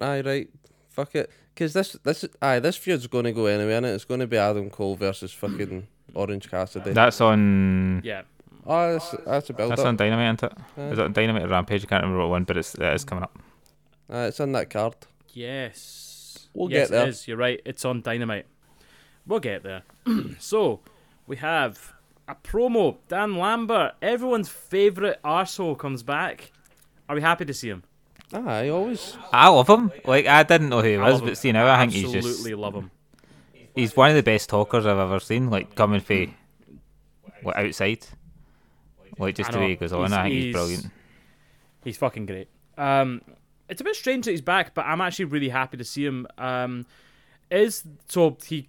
S4: Aye, right. Fuck it. Because this, this, aye, this feud's going to go anyway, and it's going to be Adam Cole versus fucking Orange Cassidy.
S5: That's on.
S1: Yeah,
S4: Ah, that's, that's a build
S5: That's
S4: up.
S5: on Dynamite, isn't it? Is it on Dynamite or Rampage? I can't remember what one, but it's it is coming up.
S4: Aye, it's on that card.
S1: yes.
S4: We'll
S1: yes,
S4: get there.
S1: It is. You're right. It's on Dynamite. We'll get there. so we have a promo. Dan Lambert, everyone's favorite arsehole, comes back. Are we happy to see him?
S4: Aye, always.
S5: I love him. Like I didn't know who he was,
S1: love him.
S5: but see now I think he's
S1: Absolutely
S5: just
S1: love him. Hmm.
S5: he's one of the best talkers I've ever seen. Like coming from like outside, like just
S1: I
S5: the
S1: know.
S5: way he goes on.
S1: He's-
S5: I think he's,
S1: he's-
S5: brilliant.
S1: He's fucking great. Um, it's a bit strange that he's back, but I'm actually really happy to see him. Um, is so he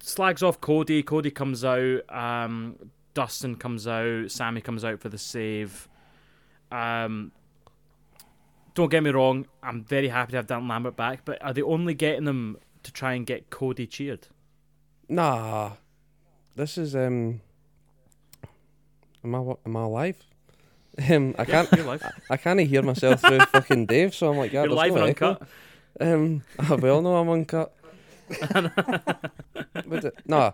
S1: slags off Cody. Cody comes out. Um, Dustin comes out. Sammy comes out for the save. Um, don't get me wrong. I'm very happy to have Dan Lambert back, but are they only getting him to try and get Cody cheered?
S4: Nah. This is, um. Am I, wa- am I alive? Um, I can't.
S1: Your life,
S4: I can't hear myself through fucking Dave, so I'm like, yeah,
S1: your
S4: there's
S1: life
S4: no
S1: and
S4: echo.
S1: uncut.
S4: Um, I well know I'm uncut. but uh, nah,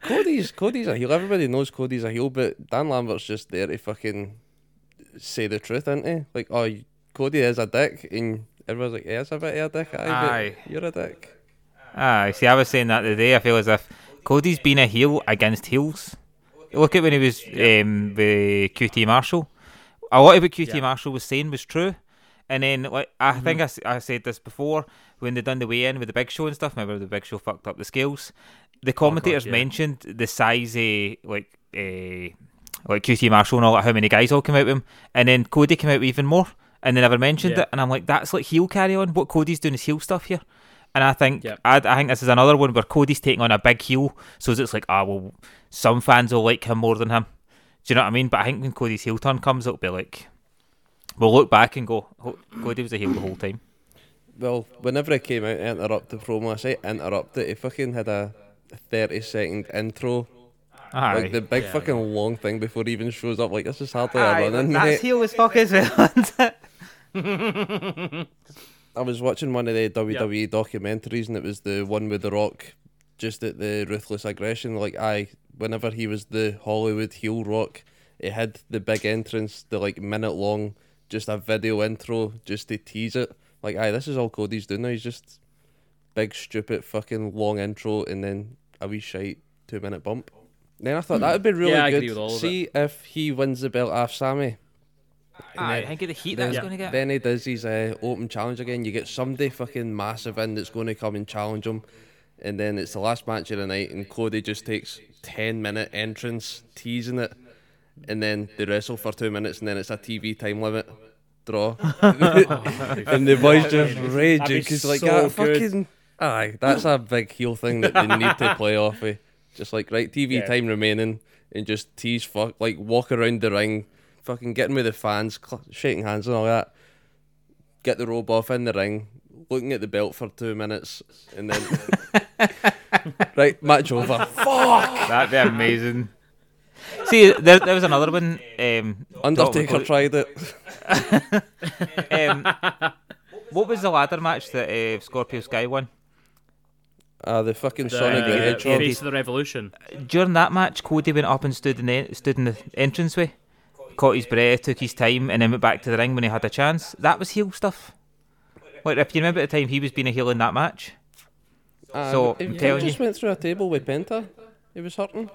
S4: Cody's Cody's a heel. Everybody knows Cody's a heel, but Dan Lambert's just there to fucking say the truth, isn't he? Like, oh, you- Cody is a dick, and everyone's like, yeah, it's a bit of a dick. Aye,
S5: Aye.
S4: But you're a dick.
S5: Ah, see, I was saying that today. I feel as if Cody's been a heel against heels. Look at when he was um, with QT Marshall. A lot of what QT
S1: Yeah. Mm-hmm.
S5: Marshall was saying was true. And then, like, I think I, s- I said this before when they done the weigh in with the Big Show and stuff. Remember the Big Show fucked up the scales. The commentators
S1: yeah.
S5: mentioned the size of like uh, like QT Marshall and all that. How many guys all came out with him, and then Cody came out with even more, and they never mentioned
S1: Yeah.
S5: it. And I'm like, that's like heel carry on. What Cody's doing is heel stuff here. And I think
S1: Yep.
S5: I, I think this is another one where Cody's taking on a big heel, so it's like ah well, some fans will like him more than him. Do you know what I mean? But I think when Cody's heel turn comes, it'll be like we'll look back and go, "Oh, Cody was a heel the whole time.
S4: Well, whenever I came out, to interrupt the promo. I say interrupt it. He fucking had a thirty second intro,
S5: Aye,
S4: like the big
S1: Yeah.
S4: fucking long thing before he even shows up. Like, this is hardly
S5: Aye,
S4: a
S5: like,
S4: running.
S5: that's
S4: mate.
S5: heel as fuck as well. isn't it?
S4: I was watching one of the WWE documentaries, and it was the one with The Rock, just at the ruthless aggression. Like, I whenever he was the Hollywood heel Rock, it had the big entrance, the like minute long, just a video intro, just to tease it. Like, aye, this is all Cody's doing now. He's just big stupid fucking long intro, and then a wee shite two minute bump. Then I thought that would be really
S1: Hmm. Yeah, I
S4: good.
S1: agree with all of it.
S4: See if he wins the belt off Sammy.
S5: Aye, I think of the heat
S4: Then,
S5: that's going to get.
S4: then he does his uh, open challenge again. You get somebody fucking massive in that's going to come and challenge him. And then it's the last match of the night, and Cody just takes 10 minute entrance, teasing it. And then they wrestle for two minutes, and then it's a TV time limit draw. and the boys just raging
S1: That'd be
S4: because, like,
S1: so
S4: that
S1: good.
S4: fucking. Aye, that's a big heel thing that they need to play off of. Just like, right, TV
S1: Yeah.
S4: time remaining, and just tease fuck, like, walk around the ring, fucking getting with the fans, cl- shaking hands and all that. Get the robe off in the ring, looking at the belt for two minutes, and then right match over.
S5: That'd be amazing. See, there, there was another one. Um,
S4: Undertaker
S5: Dalton-
S4: tried it.
S5: Um, what was the ladder match that uh, Scorpio Sky won?
S4: Ah, the fucking
S1: The,
S4: Sonic the
S5: yeah,
S4: Hedgehog.
S1: Uh, face of the revolution.
S5: During that match, Cody went up and stood in the, stood in the entranceway, caught his breath, took his time, and then went back to the ring when he had a chance. That was heel stuff. Like if you remember the time he was being a heel in that match.
S4: Ah,
S5: so,
S4: he
S5: I'm
S4: kinda
S5: telling
S4: just went through a table with Penta. He was hurting.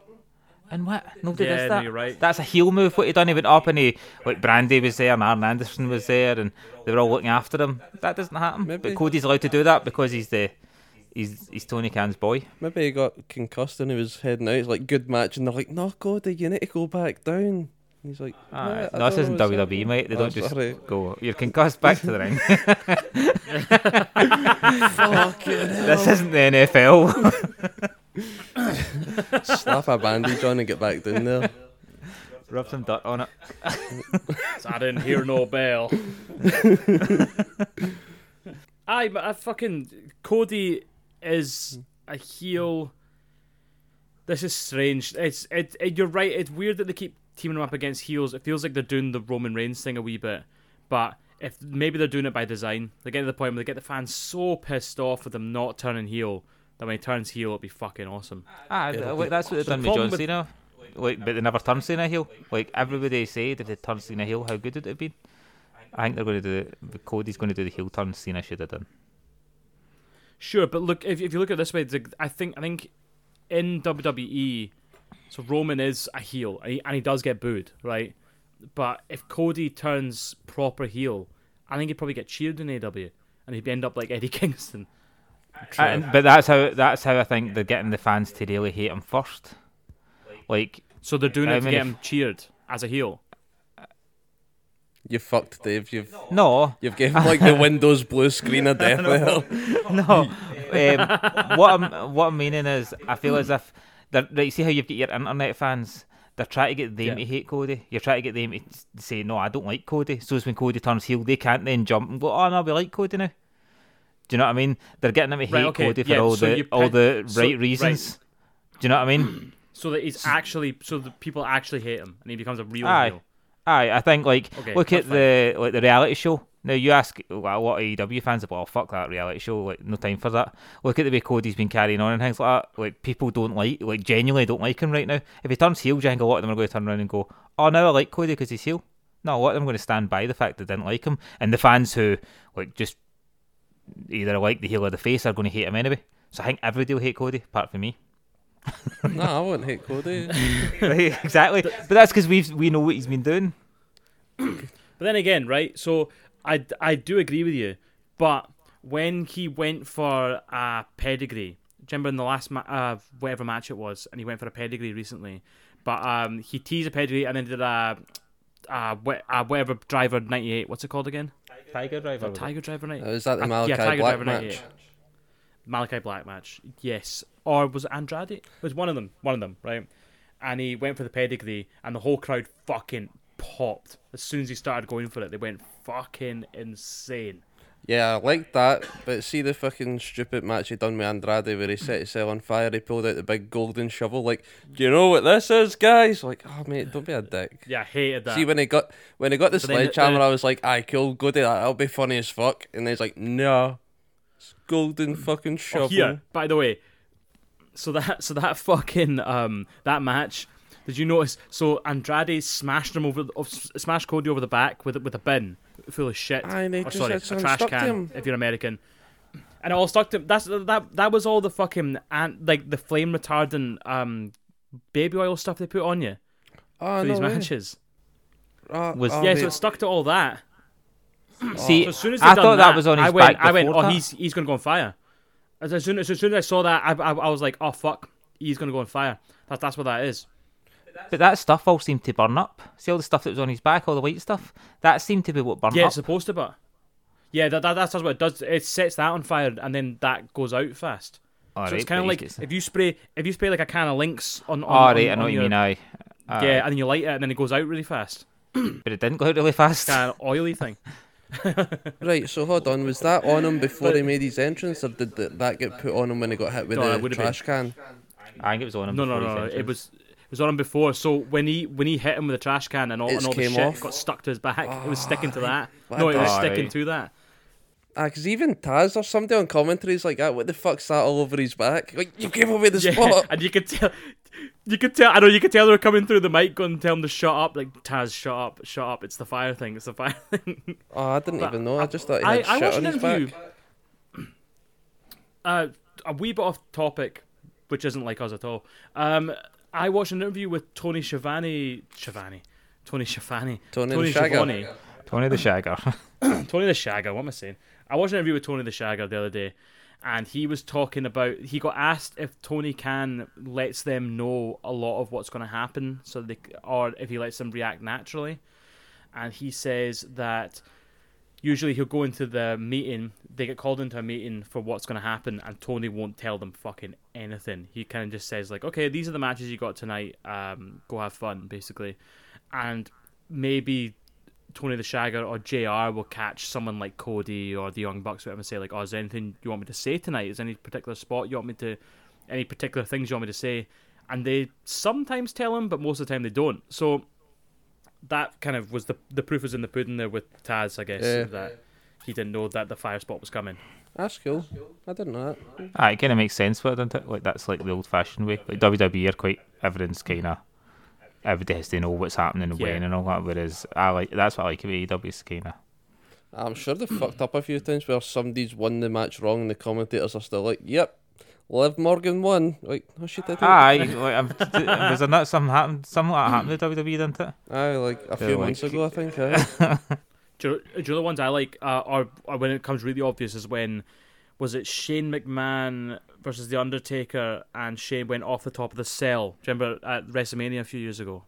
S5: And what? Nobody
S1: Yeah,
S5: does
S1: no,
S5: that.
S1: you're right.
S5: That's a heel move. What he done? He went up and he like Brandy was there and Aaron Anderson was there and they were all looking after him. That doesn't happen.
S4: Maybe.
S5: But Cody's allowed to do that because he's the he's he's Tony Khan's boy.
S4: Maybe he got concussed and he was heading out. It's like good match, and they're like, "No, Cody, you need to go back down." And he's like,
S5: Ah,
S4: "Nah, I
S5: no, this
S4: don't
S5: isn't
S4: know
S5: WWE,
S4: what's happening."
S5: mate. They
S4: Oh,
S5: don't just
S4: sorry.
S5: go. You're concussed back to the ring. this isn't the NFL.
S4: slap a bandage on and get back down there.
S5: Rub some dirt on it.
S1: I didn't hear no bell. Aye, but I fucking Cody is a heel. This is strange. It's it, it. You're right. It's weird that they keep teaming him up against heels. It feels like they're doing the Roman Reigns thing a wee bit, but if maybe they're doing it by design. They get to the point where they get the fans so pissed off with him not turning heel that when he turns heel, it'd be fucking awesome.
S5: Ah, th- like, that's what they've done with
S1: problem
S5: John
S1: with-
S5: Cena. Like, but they never turned Cena heel. Like everybody said, if they turned Cena heel, how good would it have been? I think they're going to do it. Cody's going to do the heel turn Cena should have done.
S1: Sure, but look if, if you look at it this way, the- I think I think in WWE, so Roman is a heel and he, and he does get booed, right? But if Cody turns proper heel, I think he'd probably get cheered in AW and he'd end up like Eddie Kingston.
S5: And, Uh, but that's how that's how I think they're getting the fans to really hate him first. Like,
S1: So they're doing
S5: I
S1: it to
S5: mean,
S1: get
S5: if-
S1: him cheered as a heel.
S4: You fucked, Dave. You've
S5: no,
S4: you've given like the Windows blue screen of death. there.
S5: no. um, what I'm what I'm meaning is, I feel as if they're, right. See how you've got your internet fans. They're trying to get them
S1: Yeah.
S5: to hate Cody. You're trying to get them to s- say, "No, I don't like Cody." So it's when Cody turns heel, they can't then jump and go, "Oh no, we like Cody now." Do you know what I mean? They're getting them to hate
S1: Right, okay,
S5: Cody for
S1: yeah,
S5: all
S1: so
S5: the
S1: you
S5: all
S1: pick-
S5: the
S1: so-
S5: right
S1: right.
S5: reasons. Do you know what I mean?
S1: So that he's actually so that people actually hate him and he becomes a real
S5: Aye.
S1: heel.
S5: Aye, I think like
S1: Okay,
S5: look
S1: that's
S5: at the like the reality show. Now you ask a lot of AEW fans about, oh fuck that reality show, like no time for that. Look at the way Cody's been carrying on and things like that. Like people don't like, like genuinely don't like him right now. If he turns heel, do you think a lot of them are going to turn around and go, oh now I like Cody because he's heel. No, a lot of them are going to stand by the fact they didn't like him, and the fans who like just either like the heel or the face are going to hate him anyway. So I think everybody will hate Cody apart from me.
S4: no, I wouldn't hate Cody.
S5: Right, exactly, but that's because we we know what he's been doing.
S1: But then again, right? So I, I do agree with you, but when he went for a pedigree, do you remember in the last ma- uh, whatever match it was, and he went for a pedigree recently, but um, he teased a pedigree and then did a, a, wha- a uh, whatever driver ninety eight. What's it called again?
S5: Tiger Driver.
S1: Tiger Driver ninety eight.
S4: Oh, Is that the Malachi
S1: yeah, Tiger
S4: Black
S1: Driver
S4: match?
S1: 98. Malachi Black match. Yes. Or was it Andrade? It was one of them. One of them, right? And he went for the pedigree, and the whole crowd fucking popped. As soon as he started going for it, they went fucking insane.
S4: Yeah, I liked that. But see the fucking stupid match he done with Andrade where he set himself on fire. He pulled out the big golden shovel. Like, do you know what this is, guys? Like, oh mate, don't be a dick.
S1: Yeah, I hated that.
S4: See when he got when he got the
S1: then the-
S4: sledgehammer,
S1: the-
S4: I was like, "Aye, cool, go do that. That'll be funny as fuck." And he's like, "No, it's golden fucking shovel."
S1: Oh, Here, by the way, so that so that fucking um that match. Did you notice? So Andrade smashed him over, of- smashed Cody over the back with with a bin full of shit.
S4: Aye, and they
S1: Or
S4: just
S1: sorry,
S4: had
S1: a
S4: something
S1: trash
S4: stuck to
S1: can.
S4: him.
S1: If you're American, and it all stuck to him. That's that that was all the fucking and like the flame retardant um baby oil stuff they put on you
S4: oh,
S1: for
S4: no
S1: these
S4: way.
S1: matches.
S4: Oh,
S5: Was-
S4: oh,
S1: yeah,
S4: mate.
S1: so it stuck to all that.
S5: See,
S1: So Oh, as soon as they
S5: I
S1: done
S5: thought that, was on his
S1: I went,
S5: back.
S1: I went,
S5: before
S1: oh,
S5: that."
S1: he's he's gonna go on fire. As, as soon as, as soon as I saw that, I, I, I was like, oh fuck, he's gonna go on fire. That's that's what that is.
S5: But that stuff all seemed to burn up. See all the stuff that was on his back, all the white stuff. That seemed to be what burned
S1: Yeah,
S5: up.
S1: it's supposed to, but yeah, that, that that's what it does. It sets that on fire, and then that goes out fast. so it's kind of like if you spray if you spray like a can of links on. on
S5: Oh,
S1: on-
S5: right, I
S1: on
S5: know what you
S1: your-
S5: mean. Aye. Aye.
S1: Yeah, and then you light it, and then it goes out really fast.
S5: but it didn't go out really fast.
S1: Kind of oily thing.
S4: Right, so hold on. Was that on him before he made his entrance, or did th- that get put on him when he got hit with
S1: No, it
S4: the
S1: would've
S4: trash can?
S5: I think it was on him.
S1: No, no,
S5: before
S1: no,
S5: his
S1: no. It
S5: entrance.
S1: was it was on him before. So when he when he hit him with a trash can and all,
S4: It's
S1: and all the
S4: came
S1: shit
S4: off. Oh,
S1: got stuck to his back, it was sticking to that.
S4: What
S1: no, it was
S5: the-
S1: sticking
S5: Aye.
S1: to that.
S4: Ah, 'cause even Taz or somebody on commentaries like that, what the fuck's that all over his back? Like you gave away the
S1: Yeah,
S4: spot.
S1: and you could tell. You could tell. I know you could tell they were coming through the mic, going, "Tell them to shut up!" Like Taz, shut up, shut up! It's the fire thing. It's the fire thing.
S4: Oh, I didn't even know. I just thought he
S1: I,
S4: had
S1: I
S4: shit
S1: watched
S4: on
S1: an
S4: his
S1: interview.
S4: back.
S1: Uh, a wee bit off topic, which isn't like us at all. Um, I watched an interview with Tony Schiavone. Schiavone. Tony Schiavone.
S4: Tony the
S1: Tony
S4: Shagger.
S1: Schiavone.
S5: Tony the Shagger.
S1: Tony the Shagger. What am I saying? I watched an interview with Tony the Shagger the other day, and he was talking about. He got asked if Tony Khan lets them know a lot of what's going to happen, so they or if he lets them react naturally, and he says that usually he'll go into the meeting. They get called into a meeting for what's going to happen, and Tony won't tell them fucking anything. He kind of just says like, "Okay, these are the matches you got tonight. Um, go have fun," basically. and maybe Tony the Shagger or JR will catch someone like Cody or the Young Bucks, whatever, and say like, "Oh, is there anything you want me to say tonight? Is there any particular spot you want me to, any particular things you want me to say?" And they sometimes tell him, but most of the time they don't. So that kind of was the the proof was in the pudding there with Taz, I guess,
S4: Yeah.
S1: that he didn't know that the fire spot was coming.
S4: That's cool. I didn't know that.
S5: Ah, it kind of makes sense for it, doesn't it? Like that's like the old-fashioned way. Like WWE are quite everything's kind of everybody has to know what's happening and
S1: Yeah.
S5: when and all that. Whereas I like that's what I like about E AEW's kind of.
S4: I'm sure they fucked up a few times where somebody's won the match wrong and the commentators are still like, "Yep, Liv Morgan won." Like, no, she didn't.
S5: Aye, like, I'm, d- was there not some happened? Something like that happened to WWE, didn't it?
S4: Aye, like a few
S5: like-
S4: months ago, I think. aye.
S1: Do you, do you know the ones I like? Uh, or, or when it comes really obvious is when was it Shane McMahon versus the Undertaker, and Shane went off the top of the cell. Do you remember at WrestleMania a few years ago,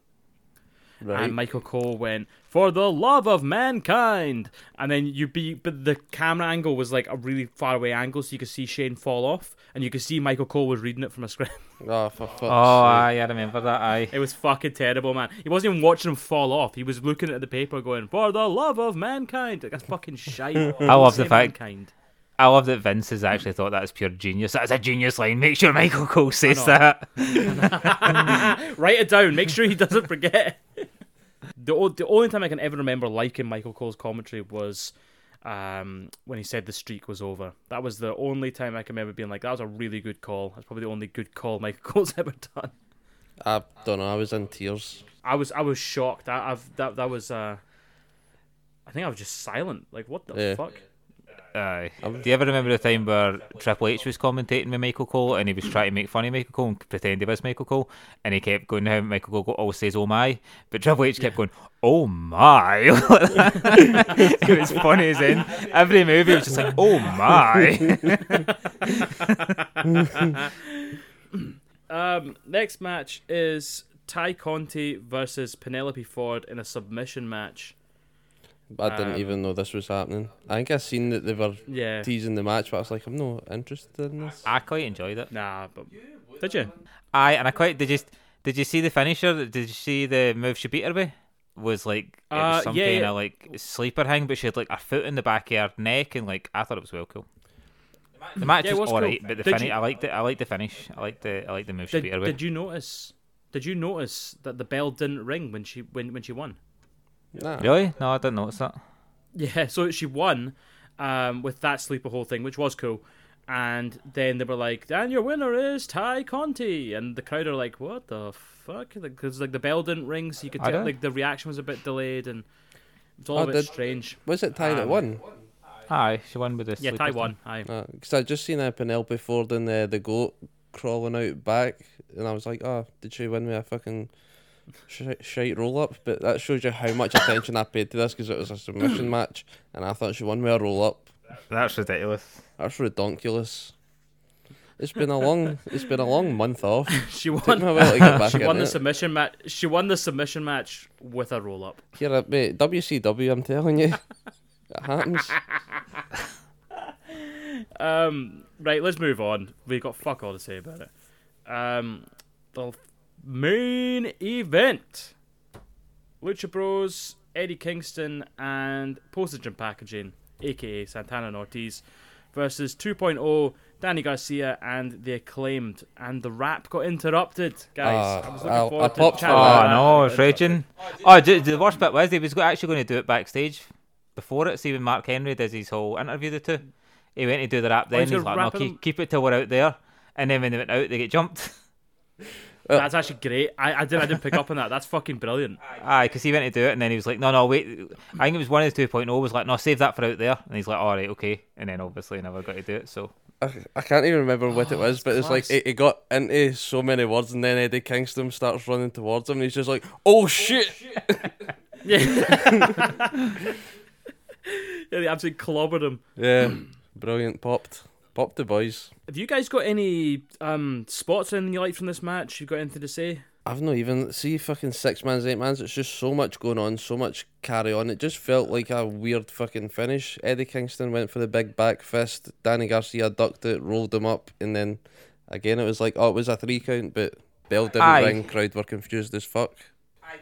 S4: right.
S1: and Michael Cole went for the love of mankind, and then you be but the camera angle was like a really far away angle, so you could see Shane fall off, and you could see Michael Cole was reading it from a script.
S4: oh, for fuck's
S5: Oh,
S4: sake.
S5: aye, I remember that. Aye,
S1: It was fucking terrible, man. He wasn't even watching him fall off. He was looking at the paper, going for the love of mankind. Like, that's fucking shite. I
S5: love the fact-
S1: Mankind.
S5: I love that Vince has actually thought that is pure genius. That is a genius line. Make sure Michael Cole says
S1: know.
S5: that.
S1: Write it down. Make sure he doesn't forget. the o- the only time I can ever remember liking Michael Cole's commentary was um, when he said the streak was over. That was the only time I can remember being like, "That was a really good call." That's probably the only good call Michael Cole's ever done.
S4: I don't know. I was in tears.
S1: I was I was shocked. I, I've that that was. Uh, I think I was just silent. Like, what the
S4: Yeah.
S1: fuck?
S5: Aye. Do you ever remember the time where Triple H was commentating with Michael Cole and he was trying to make fun of Michael Cole and pretend he was Michael Cole and he kept going how Michael Cole go- always says oh my but Triple H kept going oh my it was funny as in every movie was just like oh my
S1: Um, next match is Ty Conti versus Penelope Ford in a submission match.
S4: I didn't
S5: Um,
S4: even know this was happening. I think I seen that they were
S1: Yeah.
S4: teasing the match, but I was like, I'm not interested in this.
S5: I quite enjoyed it
S1: Nah, but did you?
S5: aye and I quite did you did you see the finisher did you see the move she beat her with was like it was
S1: Uh,
S5: some
S1: yeah,
S5: kind
S1: yeah.
S5: of like sleeper hang but she had like her foot in the back of her neck and like I thought it was well cool the match
S1: Yeah, it
S5: was,
S1: was
S5: alright
S1: cool.
S5: but the
S1: Did
S5: finish
S1: you-
S5: I liked it I liked the finish I liked the I liked the move she
S1: Did,
S5: beat her with
S1: did you notice? Did you notice that the bell didn't ring when she when when she won?
S4: Nah.
S5: Really? No, I didn't notice that.
S1: Yeah, so she won um, with that sleeper hole thing, which was cool. And then they were like, "And your winner is Ty Conti," and the crowd are like, "What the fuck?" Because like the bell didn't ring, so you could
S5: I
S1: tell
S5: don't-
S1: like the reaction was a bit delayed, and it's all
S4: Oh,
S1: a bit
S4: did-
S1: strange.
S4: Was it Ty that
S5: Um,
S4: won?
S5: Aye, she won with this.
S1: Yeah, Ty won. Aye.
S4: Because I Uh, just seen a Penelope Ford and uh, the goat crawling out back, and I was like, oh, did she win me a fucking shite, shite roll up? But that shows you how much attention I paid to this because it was a submission match, and I thought she won me a roll up.
S5: That's ridiculous.
S4: That's redonkulous. It's been a long, it's been a long month off.
S1: She
S4: Took me
S1: won.
S4: a while to get back
S1: She
S4: in
S1: won the
S4: it.
S1: submission match. She won the submission match with a roll up.
S4: Here, uh, mate, WCW. I'm telling you, it happens.
S1: Um, right, let's move on. We got fuck all to say about it. Um, the main event: Lucha Bros, Eddie Kingston, and Postage and Packaging, aka Santana and Ortiz, versus 2.0, Danny Garcia, and the Acclaimed. And the rap got interrupted, guys.
S4: Ah,
S1: I was
S4: I-
S1: looking
S4: I
S1: forward to
S4: popped for
S1: chatting
S5: Oh,
S1: about that. Uh,
S5: no, it's raging. Oh, d the worst bit was he was go- actually going to do it backstage before it. See, when Mark Henry does his whole interview, the two, he went to do the rap then.
S1: he's
S5: He's
S1: gonna
S5: like, no,
S1: rap him."
S5: keep, keep it till we're out there. And then when they went out, they get jumped.
S1: That's actually great. I, I didn't I didn't pick up on that. That's fucking brilliant.
S5: Aye, because he went to do it and then he was like, no, no, wait. I think it was one of the 2.0 was like, no, save that for out there. And he's like, all right, okay. And then obviously never got to do it. So
S4: I, I can't even remember what it
S5: Oh,
S4: was, but it's like
S1: class.
S4: it, it got into so many words, and then Eddie Kingston starts running towards him, and he's just like, "Oh shit!"
S1: Yeah. yeah, they absolutely clobbered him.
S4: Yeah, brilliant. Popped, popped the boys.
S1: Have you guys got any um, spots or anything you like from this match? You got anything to say?
S4: I've not even see fucking six man's eight man's. It's just so much going on, so much carry on. It just felt like a weird fucking finish. Eddie Kingston went for the big back fist. Danny Garcia ducked it, rolled him up, and then again it was like, oh, it was a three count, but bell didn't
S5: Aye.
S4: ring. Crowd were confused as fuck.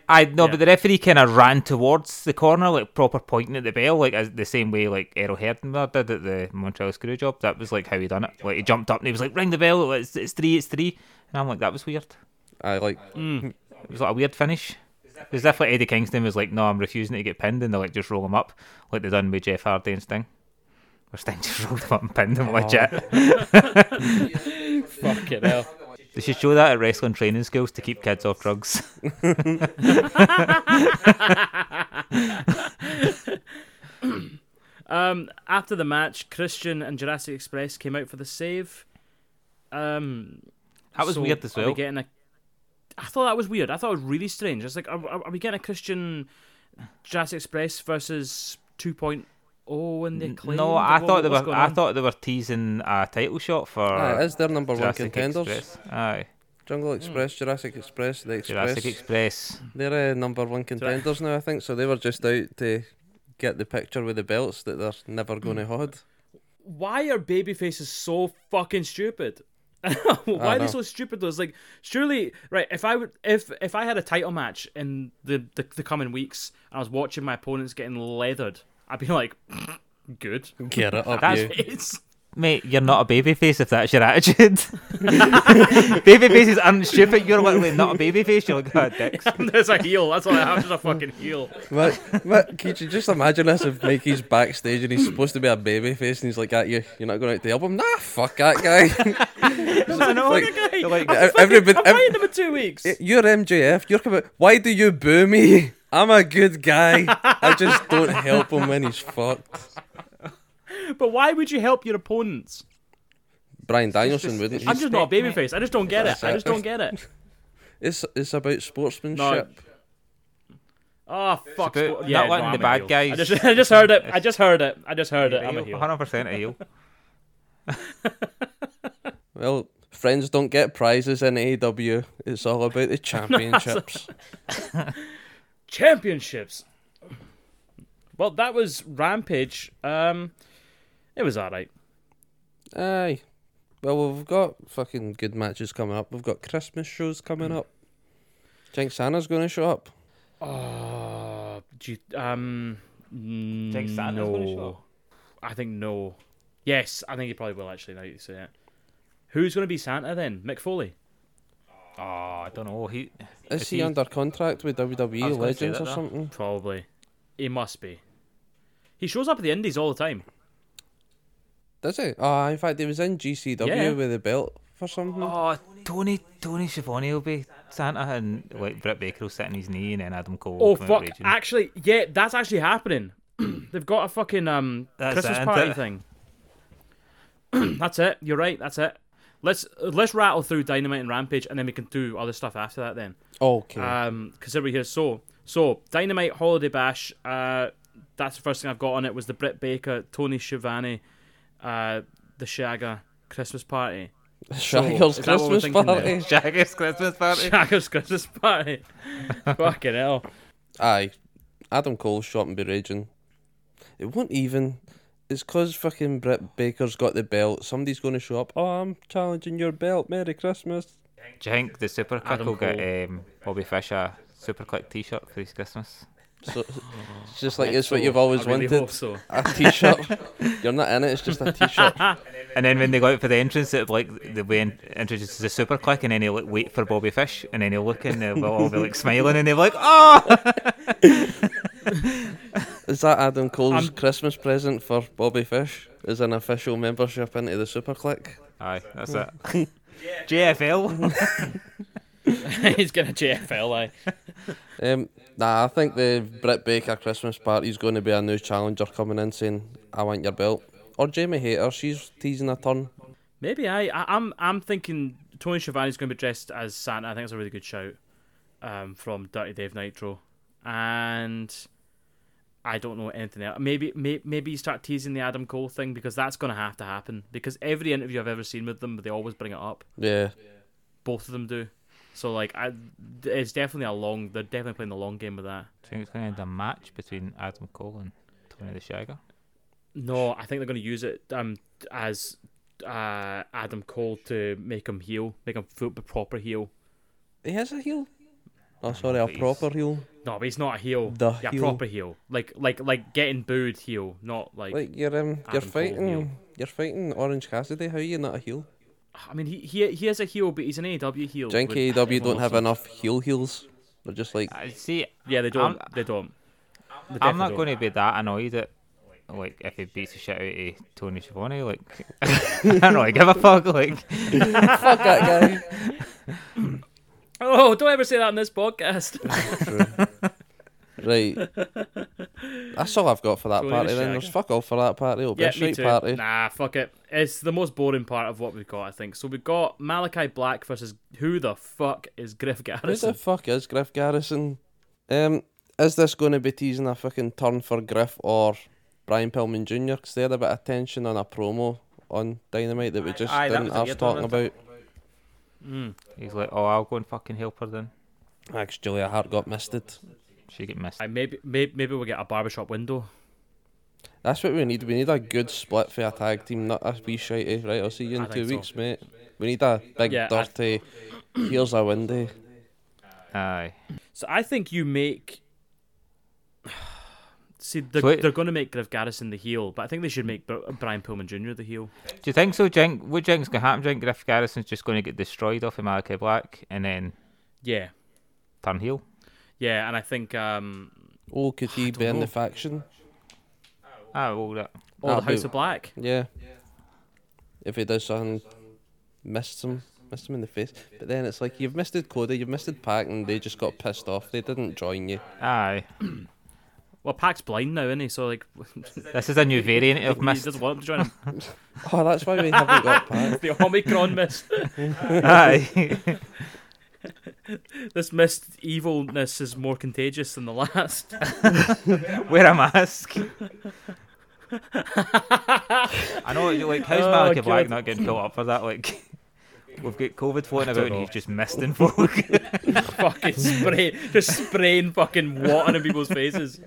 S5: I no,
S1: Yeah.
S5: but the referee kind of ran towards the corner, like proper pointing at the bell, like as the same way like Errol Herdner did at the Montreal screw job. That was like how he done it. Like he jumped up and he was like, "Ring the bell! It's, it's three! It's three! And I'm like, "That was weird.
S4: I like
S5: Mm. It was like a weird finish." As if like Eddie Kingston was like, "No, I'm refusing to get pinned," and they like just roll him up, like they done with Jeff Hardy and Sting. Where Sting just rolled him up and pinned him legit.
S1: Fucking hell.
S5: They should show that at wrestling training schools to keep kids off drugs.
S1: Um, after the match, Christian and Jurassic Express came out for the save. Um,
S5: That was
S1: so
S5: weird as
S1: are we
S5: well.
S1: getting a- I thought that was weird. I thought it was really strange. It's like, are, are are we getting a Christian Jurassic Express versus 2.0 in the claim?
S5: No, I thought they were. I thought they were teasing a title shot for
S4: Aye, is their number one
S5: Jurassic
S4: contenders.
S5: Express. Aye,
S4: Jungle Express, Jurassic Express, the Express.
S5: Jurassic Express.
S4: They're uh, number one contenders now, I think. So they were just out to get the picture with the belts that they're never going to hod.
S1: Why are baby faces so fucking stupid? Why are
S4: know.
S1: they so stupid? Though it's like surely right. If I would, if if I had a title match in the the, the coming weeks, and I was watching my opponents getting leathered, I'd be like, good.
S4: Get it up,
S5: That's-
S4: you.
S1: It's
S5: Mate, you're not a babyface if that's your attitude. babyfaces aren't stupid. You're literally not a babyface. You're like, oh, dicks.
S1: there's a heel. That's all I have. Just a fucking heel.
S4: But, but could you just imagine this if Mikey's backstage and he's supposed to be a baby face and he's like, at you, you're not going out to help him? Nah, fuck that guy.
S5: I know.
S4: Like,
S1: Okay,
S5: They're like, uh,
S1: I'm,
S4: ev-
S1: fucking,
S4: everybody-
S1: I'm
S4: ev-
S1: fighting them in two weeks.
S4: you're MJF. You're coming. Why do you boo me? I'm a good guy. I just don't help him when he's fucked.
S1: But why would you help your opponents?
S4: Brian Danielson wouldn't.
S1: I'm just not a babyface. I just don't get it. I just don't get it.
S4: It's it's about sportsmanship.
S1: Oh fuck!
S5: about
S1: sport-
S5: not
S1: yeah, no,
S5: letting the
S1: I'm a
S5: bad
S1: heel.
S5: guys-
S1: I just, I just heard it. I just heard it. I just heard it. I'm a heel.
S5: 100% a heel.
S4: Well, friends don't get prizes in AEW. It's all about the championships.
S1: championships. Well, that was Rampage. Um, it was alright.
S4: Aye. Well, we've got fucking good matches coming up. We've got Christmas shows coming up. Do you think Santa's going to show up?
S1: Oh, do you, um,
S5: Jake Santa's
S1: no.
S5: gonna show up?
S1: I think no. Yes, I think he probably will. Actually, now you say it. Who's going to be Santa then? Mick Foley.
S5: Oh, I don't know. He,
S4: Is,
S5: Is
S4: he,
S5: he-
S4: under contract with WWE
S5: was gonna say
S4: Legends
S5: that
S4: or
S5: now.
S4: something?
S1: Probably. He must be. He shows up at the Indies all the time.
S4: Does he? Ah, in fact, he was in GCW
S1: Yeah.
S4: with the belt for something.
S5: oh, Tony Tony Schiavone will be Santa, and like Britt Baker will sit on his knee, and then Adam Cole. will
S1: Oh
S5: come out
S1: fuck!
S5: raging.
S1: Actually, yeah, that's actually happening. They've got a fucking um
S5: That's
S1: Christmas
S5: it,
S1: party
S5: isn't it?
S1: thing. that's it. You're right. That's it. Let's let's rattle through Dynamite and Rampage, and then we can do other stuff after that. Then,
S4: Okay.
S1: um, because here we here. So, so Dynamite Holiday Bash. Uh, that's the first thing I've got on it was the Britt Baker, Tony Schiavone, uh, the Shagger Christmas party.
S4: Shagger's
S1: is that what we're
S4: Christmas
S1: thinking
S4: party.
S1: there?
S5: Shaggy's Christmas party.
S1: Shagger's Christmas party. Fucking hell.
S4: Aye. Adam Cole's shot and be raging. It won't even. It's because fucking Britt Baker's got the belt. Somebody's going to show up. Oh, I'm challenging your belt. Merry Christmas.
S5: Do you think the Super Click
S1: Adam
S5: will
S1: Cole.
S5: get um, Bobby Fish a Super Click t shirt for his Christmas?
S4: So, it's just like it's what
S1: So,
S4: you've always
S1: I really
S4: wanted.
S1: hope so.
S4: a t-shirt. You're not in it. It's just a t-shirt.
S5: And then when they go out for the entrance, it'll be like the way introduces the Super Click, and then he'll like, wait for Bobby Fish, and then he'll look and they'll all be like smiling, and they'll be like, oh!
S4: Is that Adam Cole's Christmas present for Bobby Fish? Is an official membership into the Super Click?
S5: Aye, that's it. JFL.
S1: He's gonna JFL. Like.
S4: Um, nah, I think the Britt Baker Christmas party's going to be a new challenger coming in saying, "I want your belt." Or Jamie Hayter, she's teasing a turn.
S1: Maybe I, I I'm I'm thinking Tony Schiavone's going to be dressed as Santa. I think it's a really good shout um, from Dirty Dave Nitro, and I don't know anything else. Maybe may, maybe you start teasing the Adam Cole thing because that's going to have to happen because every interview I've ever seen with them, they always bring it up.
S4: Yeah,
S1: Both of them do. So like, I, it's definitely a long. They're definitely playing the long game with that.
S5: I think it's going to end a match between Adam Cole and Tony the Shagger.
S1: No, I think they're going to use it um as uh Adam Cole to make him heel, make him foot proper heel.
S4: he has a heel. Oh, sorry, a
S5: he's-
S4: proper heel.
S1: No, but he's not a heel.
S4: The
S1: yeah,
S4: heel.
S1: proper heel. Like like like getting booed heel, not like.
S4: Like you're um, you're
S1: Adam Cole heel.
S4: fighting, you're fighting Orange Cassidy. How are you not a heel?
S1: I mean, he, he he is a heel, but he's an AEW heel.
S4: Do you think
S1: with-
S4: AEW E don't have
S1: Awesome.
S4: enough heel heels? They're just like
S5: I see.
S1: Yeah, they don't.
S5: I'm-
S1: they don't. They
S5: I'm
S1: definitely
S5: not
S1: don't.
S5: going to be that annoyed at like if he beats the shit out of Tony Schiavone. Like I don't really give a fuck. Like
S4: fuck that
S1: Oh, don't ever say that on this podcast.
S4: guy. right. That's all I've got for that
S1: Tony the
S4: party. Then
S1: Shag.
S4: there's fuck all for that party. It'll be
S1: yeah,
S4: a
S1: me
S4: straight
S1: too.
S4: party.
S1: Nah, fuck it. It's the most boring part of what we've got, I think. So we've got Malachi Black versus who the fuck is Griff
S4: Who
S1: Garrison?
S4: the fuck is Griff Garrison? Um, is this going to be teasing a fucking turn for Griff or Brian Pillman Jr.? Because they had a bit of tension on a promo on Dynamite that we just
S5: aye, that
S4: didn't
S5: was a
S4: have
S5: good
S4: talking
S5: one,
S4: about.
S5: he's like, oh, I'll go and fucking help her then.
S4: Actually, Julia Hart got misted.
S5: She get missed.
S1: Aye, maybe, maybe maybe we'll get a barbershop window.
S4: That's what we need. We need a good split for a tag team, not a wee shitey. Right, I'll see you
S1: I
S4: in two
S1: think so.
S4: weeks, mate. We need a big,
S1: Yeah, I-
S4: dirty. Here's a windy.
S5: Aye.
S1: So I think you make. See, they're,
S5: So wait-
S1: they're going to make Griff Garrison the heel, but I think they should make Br- Brian Pillman Jr. the heel.
S5: Do you think so, Jink? What do you think's gonna happen? Jink Griff Garrison's just gonna get destroyed off of Malachi Black and then
S1: Yeah,
S5: turn heel.
S1: yeah, and I think um,
S4: Oh, could he be in
S1: know.
S4: the faction?
S5: Ah, well that.
S1: all oh, the
S4: That'd be-
S1: House of Black.
S4: Yeah. If he does something, missed him, missed him in the face. But then it's like you've missed it, Cody. You've missed it, Pack, and they just got pissed off. They didn't join you.
S5: Aye.
S1: Well, Pac's blind now, isn't he? So like,
S5: This is a new variant
S1: he
S5: of missed.
S1: doesn't want him to join him.
S4: Oh, that's why we haven't got Pack.
S1: the Omicron mist.
S5: Aye.
S1: This mist evilness is more contagious than the last.
S5: Wear a mask. I know, you're like, how's
S1: Oh,
S5: Malachi Black
S1: God.
S5: not getting built up for that? Like, we've got COVID floating
S1: don't
S5: about and
S1: know.
S5: he's just missing folk.
S1: fucking spray, just spraying fucking water in people's faces.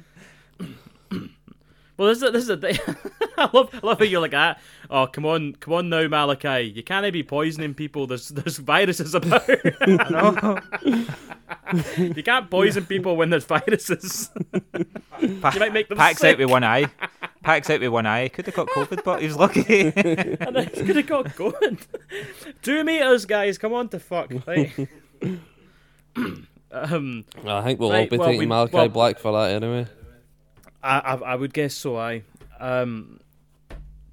S1: well, this is this is a thing. I love I love how you're like ah, oh come on come on now Malachi, you can't be poisoning people. There's there's viruses about. you can't poison people when there's viruses.
S5: Pa-
S1: You might make them
S5: Packs
S1: sick.
S5: out with one eye. Packs out with one eye. Could have got COVID, but he was lucky.
S1: and I could have got going. Two meters, guys. Come on to fuck. Right. um,
S4: I think we'll all
S1: Right,
S4: be
S1: well,
S4: taking
S1: we-
S4: Malachi
S1: well-
S4: Black for that anyway.
S1: I, I I would guess so. I um,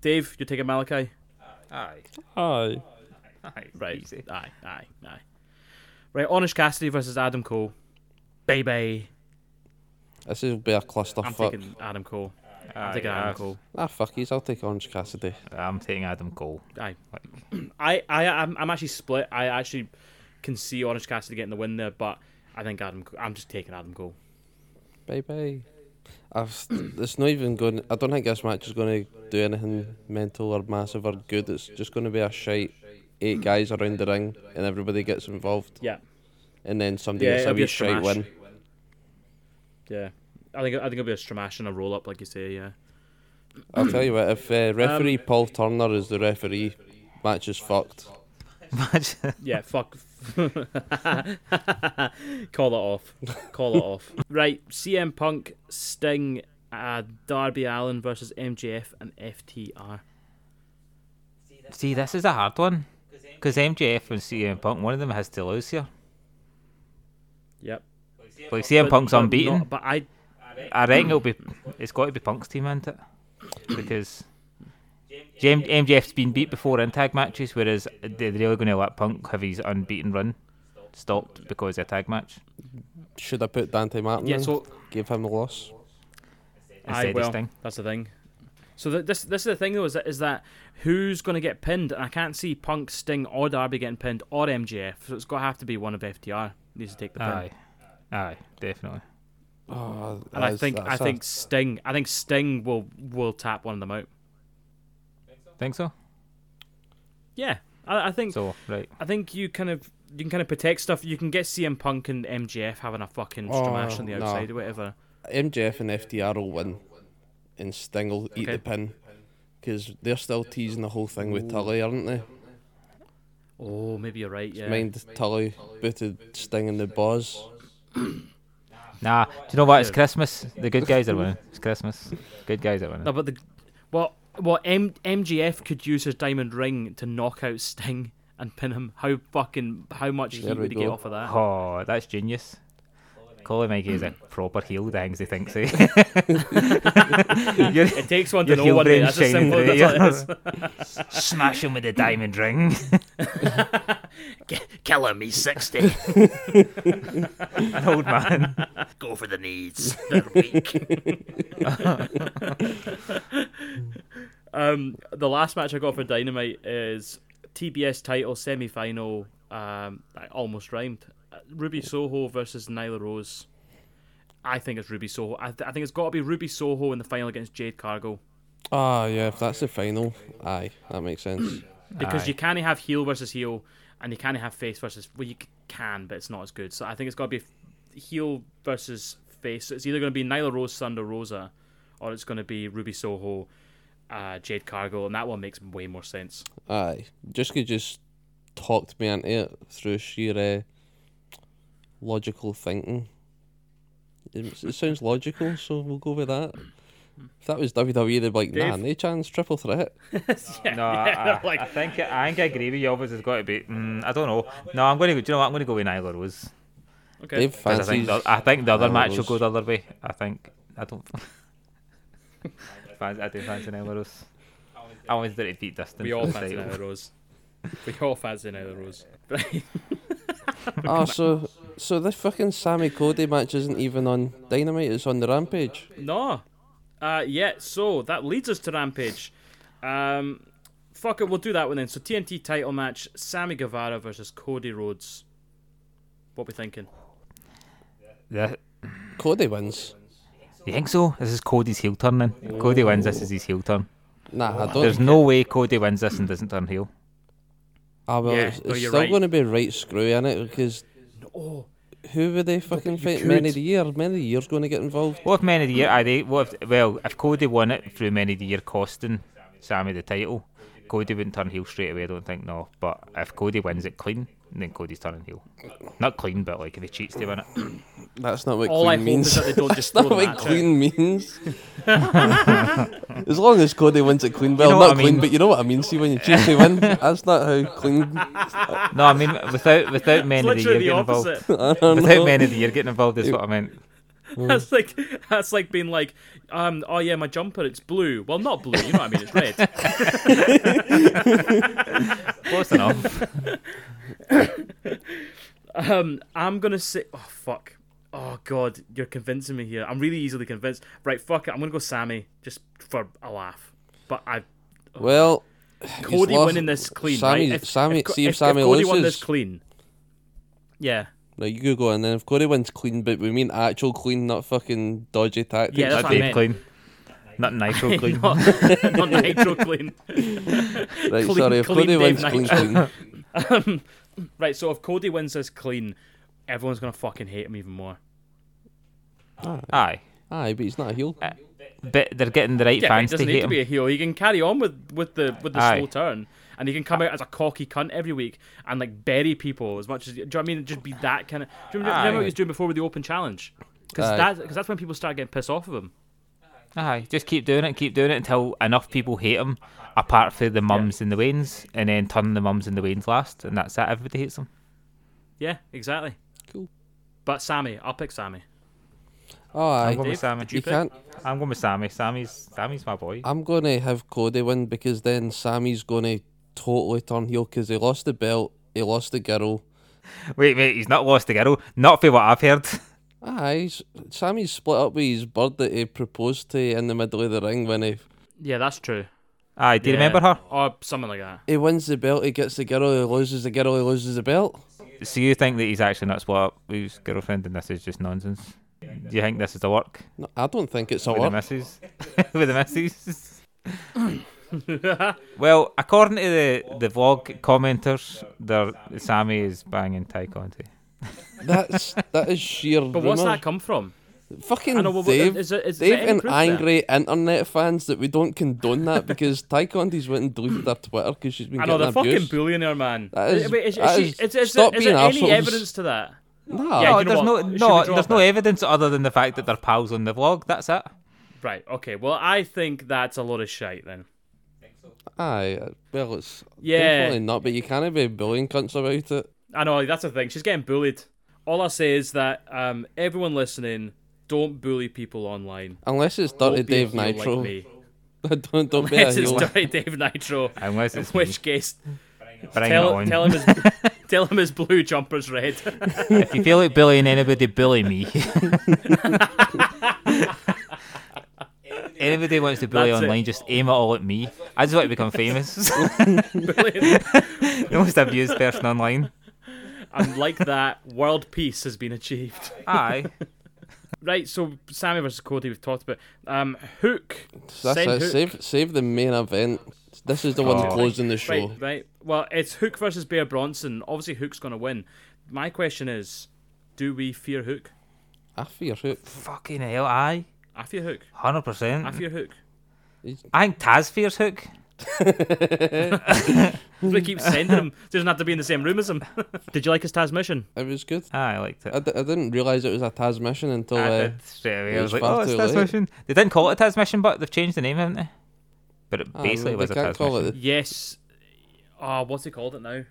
S1: Dave, you're taking Malachi.
S5: Aye.
S4: Aye.
S1: Right.
S5: Easy.
S1: Aye, aye, aye. Right, Honest Cassidy versus Adam Cole. Baby.
S4: This will be a clusterfuck.
S1: I'm taking Adam Cole. I'm taking Adam Cole.
S4: Ah, fuckies. I'll take Orange Cassidy.
S5: I'm taking Adam Cole.
S1: Aye.
S5: Like,
S1: I, I, I'm, I'm actually split. I actually can see Honest Cassidy getting the win there, but I think Adam. I'm just taking Adam Cole.
S4: Bye bye. I've, it's not even going. I don't think this match is going to do anything mental or massive or good. It's just going to be a shite. Eight guys around the ring, and everybody gets involved,
S1: Yeah,
S4: and then somebody
S1: Yeah,
S4: gets a
S1: it'll be
S4: wee
S1: a
S4: shite
S1: smash.
S4: win.
S1: yeah. I think I think it'll be a stramash and a roll up, like you say. Yeah.
S4: I'll tell you what, if uh, referee
S1: Um,
S4: Paul Turner is the referee, match is fucked.
S5: imagine.
S1: Yeah. Fuck. Call it off. Call it off. Right. CM Punk, Sting, uh, Darby Allen versus MJF and FTR.
S5: See, this is a hard one. Because MJF and CM Punk, one of them has to lose here.
S1: Yep.
S5: Like, CM
S1: But-
S5: Punk's
S1: but
S5: unbeaten.
S1: not- but I
S5: I reckon it'll be. It's got to be Punk's team, isn't it? Because Jam- MJF's been beat before in tag matches, whereas they're really going to let Punk have his unbeaten run stopped because of a tag match.
S4: Should I put Dante Martin?
S1: Yeah,
S4: in?
S1: so-
S4: give him a loss.
S5: Instead
S1: I
S5: of
S1: will.
S5: Sting.
S1: That's the thing. So th- this this is the thing though is that, is that who's going to get pinned? And I can't see Punk, Sting, or Darby getting pinned, or MJF. So it's got to have to be one of FTR needs to take the pin.
S5: Aye, aye, definitely.
S4: Oh,
S1: And I think I think Sting I think Sting will will tap one of them out.
S5: Think so?
S1: Yeah, I, I think
S5: So right.
S1: I think you kind of you can kind of protect stuff. You can get CM Punk and MJF having a fucking stramash on the
S4: no.
S1: outside or whatever.
S4: MJF and FDR will win, and Sting will eat
S1: Okay.
S4: the pin, because they're still teasing the whole thing with Tully, aren't they?
S1: Oh, maybe you're right. Yeah.
S4: Mind Tully booted Sting in the balls,
S5: Nah, do you know what? It's Christmas. The good guys are winning. It's Christmas. Good guys are winning.
S1: No, but the well, well, M- MGF could use his diamond ring to knock out Sting and pin him. How fucking how much
S4: There
S1: he
S4: we
S1: would get
S4: go.
S1: off of that?
S5: Oh, that's genius. Colin Mikey is a proper heel, the things he thinks he. Your-
S1: It takes one to
S5: your
S1: know
S5: heel
S1: one.
S5: brain's
S1: That's as
S5: shining
S1: simple as
S5: through,
S1: it is.
S5: Smash him with a diamond ring.
S2: Kill him, he's 60.
S5: An old man.
S2: Go for the knees. They're weak.
S1: Um, the last match I got for Dynamite is TBS title semi final. Um, I almost rhymed. Uh, Ruby Soho versus Nyla Rose. I think it's Ruby Soho. I, th- I think it's got to be Ruby Soho in the final against Jade Cargill
S4: Ah, yeah, if that's the final, aye, that makes sense.
S1: because
S5: Aye.
S1: you can't have heel versus heel and you can't have face versus. Well, you c- can, but it's not as good. So I think it's got to be f- heel versus face. So it's either going to be Nyla Rose, Thunder Rosa, or it's going to be Ruby Soho, uh, Jade Cargill, and that one makes way more sense.
S4: Aye. Jessica just talked me into it through sheer uh, logical thinking. It, it sounds logical, so we'll go with that. If that was WWE, they'd be like, nah,
S1: Dave?
S4: no chance, triple threat.
S5: No, I, I,
S1: like-
S5: I think I think I agree with you. Obviously, it's got to be. Mm, I don't know. No, I'm going to. Do you know what? I'm going to go with Nyla Rose.
S1: Okay.
S4: Dave
S5: 'Cause I think
S4: fancies.
S5: the, I think the other
S4: Nyla
S5: match will
S4: Rose.
S5: go the other way. I think I don't. Fancy- I do fancy Nyla Rose. I always did it beat distance. oh,
S1: We
S5: for
S1: all
S5: the
S1: fancy
S5: title.
S1: Nyla Rose. We all fancy Nyla Rose. Right.
S4: Ah, so, so this fucking Sammy Cody match isn't even on Dynamite, it's on the Rampage.
S1: no. Uh, yeah, so that leads us to Rampage. Um, fuck it, we'll do that one then. So TNT title match, Sammy Guevara versus Cody Rhodes. What we thinking?
S5: Yeah.
S4: Cody wins.
S5: You think so? This is Cody's heel turn then. Cody wins. This is his heel turn.
S4: Nah, I
S5: There's
S4: don't.
S5: no way Cody wins this and doesn't turn heel.
S4: Ah, well,
S1: Yeah,
S4: it's,
S1: no,
S4: it's
S1: you're
S4: still
S1: right.
S4: going to be right screw in it because
S1: Oh,
S4: who would they fucking fight?
S1: could.
S4: Man of the year. Man of the year's going to get involved.
S5: What if Man of the Year? Are they? What if? Well, if Cody won it through Man of the Year, costing Sammy the title, Cody wouldn't turn heel straight away. I don't think no. But if Cody wins it clean, then Cody's turning heel. Not clean, but like if he cheats to win it.
S4: That's not what
S1: All I
S4: clean
S1: hope
S4: means.
S1: is that they don't just
S4: That's not
S1: throw the
S4: what
S1: match
S4: clean means. as long as Cody wins it clean, well,
S5: know
S4: not
S5: what I
S4: clean,
S5: mean.
S4: but you know what I mean. See, when you choose to win, that's not how clean.
S5: No, I mean without without Man of the Year
S1: literally the
S5: getting involved.
S1: opposite.
S4: I don't know.
S5: Without Man of the Year getting involved is what I meant.
S1: that's like that's like being like, um, oh yeah, my jumper, it's blue. Well, not blue, you know what I mean? It's red.
S5: Close enough.
S1: Um, I'm gonna say, oh fuck, oh god, you're convincing me here. I'm really easily convinced. Right, fuck it, I'm gonna go Sammy just for a laugh. But I
S4: Well, he's
S1: Cody
S4: lost.
S1: winning this clean,
S4: Sammy,
S1: right? If-
S4: Sammy,
S1: Co-
S4: see if, Sammy
S1: Cody
S4: loses.
S1: won this clean. Yeah,
S4: No, you could go, and then if Cody wins clean, but we mean actual clean, not fucking dodgy tactics.
S1: Yeah, that's
S5: Not
S1: what I
S5: Dave
S1: meant.
S5: clean. Not Nitro clean.
S1: not, not nitro clean.
S4: right,
S1: clean,
S4: sorry, if
S1: clean
S4: Cody
S1: Dave
S4: wins clean,
S1: Nitro.
S4: clean.
S1: Right, so if Cody wins this clean, everyone's gonna fucking hate him even more.
S5: Aye. Uh,
S4: Aye, but he's not a heel.
S5: But they're getting the right
S1: Yeah, but he
S5: fans to
S1: doesn't
S5: hate
S1: need to
S5: him.
S1: be a heel. He can carry on with with the with the
S5: Aye.
S1: slow turn, and he can come out as a cocky cunt every week and like bury people as much as. Do you know what I mean? Just be that kind of. Do you remember, remember what he was doing before with the open challenge? Because
S4: Aye.
S1: that because that's when people start getting pissed off of him.
S5: Aye, just keep doing it, keep doing it until enough people hate him, apart from the mums and the Waynes, and then turn the mums and the Waynes last, and that's it. Everybody hates him.
S1: Yeah, exactly.
S4: Cool.
S1: But Sammy, I'll pick Sammy.
S4: Oh,
S5: I'm
S4: aye.
S5: going with Sammy.
S1: did
S4: You
S1: pick?
S4: can't.
S5: I'm going with Sammy. Sammy's Sammy's my boy.
S4: I'm going to have Cody win because then Sammy's going to totally turn heel because he lost the belt, he lost the girl.
S5: Wait, wait, he's not lost the girl. Not for what I've heard.
S4: Aye, s- Sammy's split up with his bird that he proposed to in the middle of the ring when he,
S1: Yeah, that's true.
S5: Aye, do you
S1: Yeah,
S5: remember her?
S1: Or something like that.
S4: he wins the belt, he gets the girl, he loses the girl, he loses the belt.
S5: So you think that he's actually not split up with his girlfriend, and this is just nonsense? Do you think this is the work
S4: No, I don't think it's a
S5: with the
S4: work.
S5: missus? with the missus? well, according to the, the vlog commenters, there Sammy is banging Ty Conti.
S4: That's that is sheer
S1: But what's
S4: rumour.
S1: that come from? I
S4: Fucking
S1: know, but what-
S4: Dave,
S1: is it- is there
S4: Dave
S1: any
S4: and
S1: proof there?
S4: angry internet fans that we don't condone that because Ty Conti's went and deleted their Twitter because she's been
S1: I know
S4: getting
S1: they're fucking
S4: abused.
S1: bullying her, man.
S4: That is-
S1: Wait, is, is
S4: that
S1: she-
S4: is-
S1: is- is-
S4: stop
S1: is
S4: being
S1: there any
S4: arseholes.
S1: evidence to that?
S4: No.
S1: Yeah,
S5: No,
S1: you know
S5: there's
S1: what? Should we
S5: no, no,
S1: drop
S5: there's no
S1: it?
S5: evidence other than the fact that they're pals on the vlog. That's it.
S1: Right. Okay. Well, I think that's a lot of shite then.
S4: Aye. uh, Well, it's
S1: Yeah.
S4: definitely not, but you can't be bullying cunts about it.
S1: I know that's the thing. She's getting bullied. All I say is that um, everyone listening, don't bully people online.
S4: Unless it's Dirty
S1: Don't be a
S4: Dave
S1: heel like
S4: Nitro.
S1: me.
S4: don't don't be a
S1: This is
S4: heel.
S1: Dirty Dave Nitro.
S5: Unless it's
S1: In which case,
S5: Bring it
S1: tell,
S5: on.
S1: tell him his tell him his blue jumper's red.
S5: if you feel like bullying anybody, bully me. anybody wants to bully
S1: That's it.
S5: online, just aim it all at me. I just want to become famous.
S1: Brilliant.
S5: the most abused person online.
S1: and like that, world peace has been achieved.
S5: Aye.
S1: Right. So Sammy versus Cody, we've talked about. Um, Hook.
S4: That's
S1: Send
S4: it.
S1: Hook.
S4: Save save the main event. This is the one
S5: Oh.
S4: closing the show.
S1: Right, right. Well, it's Hook versus Bear Bronson. Obviously, Hook's going to win. My question is, do we fear Hook?
S4: I fear Hook.
S5: Fucking hell, aye.
S1: I fear Hook. I
S5: 100%.
S1: fear Hook.
S5: I think Taz fears Hook.
S1: We keep sending him. Doesn't have to be in the same room as him. Did you like his Taz mission?
S4: It was good.
S5: Aye, I liked it.
S4: I, d- I didn't realise it was a Taz mission until
S5: I
S4: uh,
S5: did straight away.
S4: it
S5: I
S4: was
S5: was like,
S4: far
S5: oh, it's
S4: too
S5: Taz
S4: late.
S5: Mission. They didn't call it a Taz Mission, but they've changed the name, haven't they? But it
S4: ah,
S5: basically
S4: they
S5: was a
S4: can't
S5: Taz
S4: call
S5: Mission.
S4: it the-
S1: Yes. Ah, what's he called it now?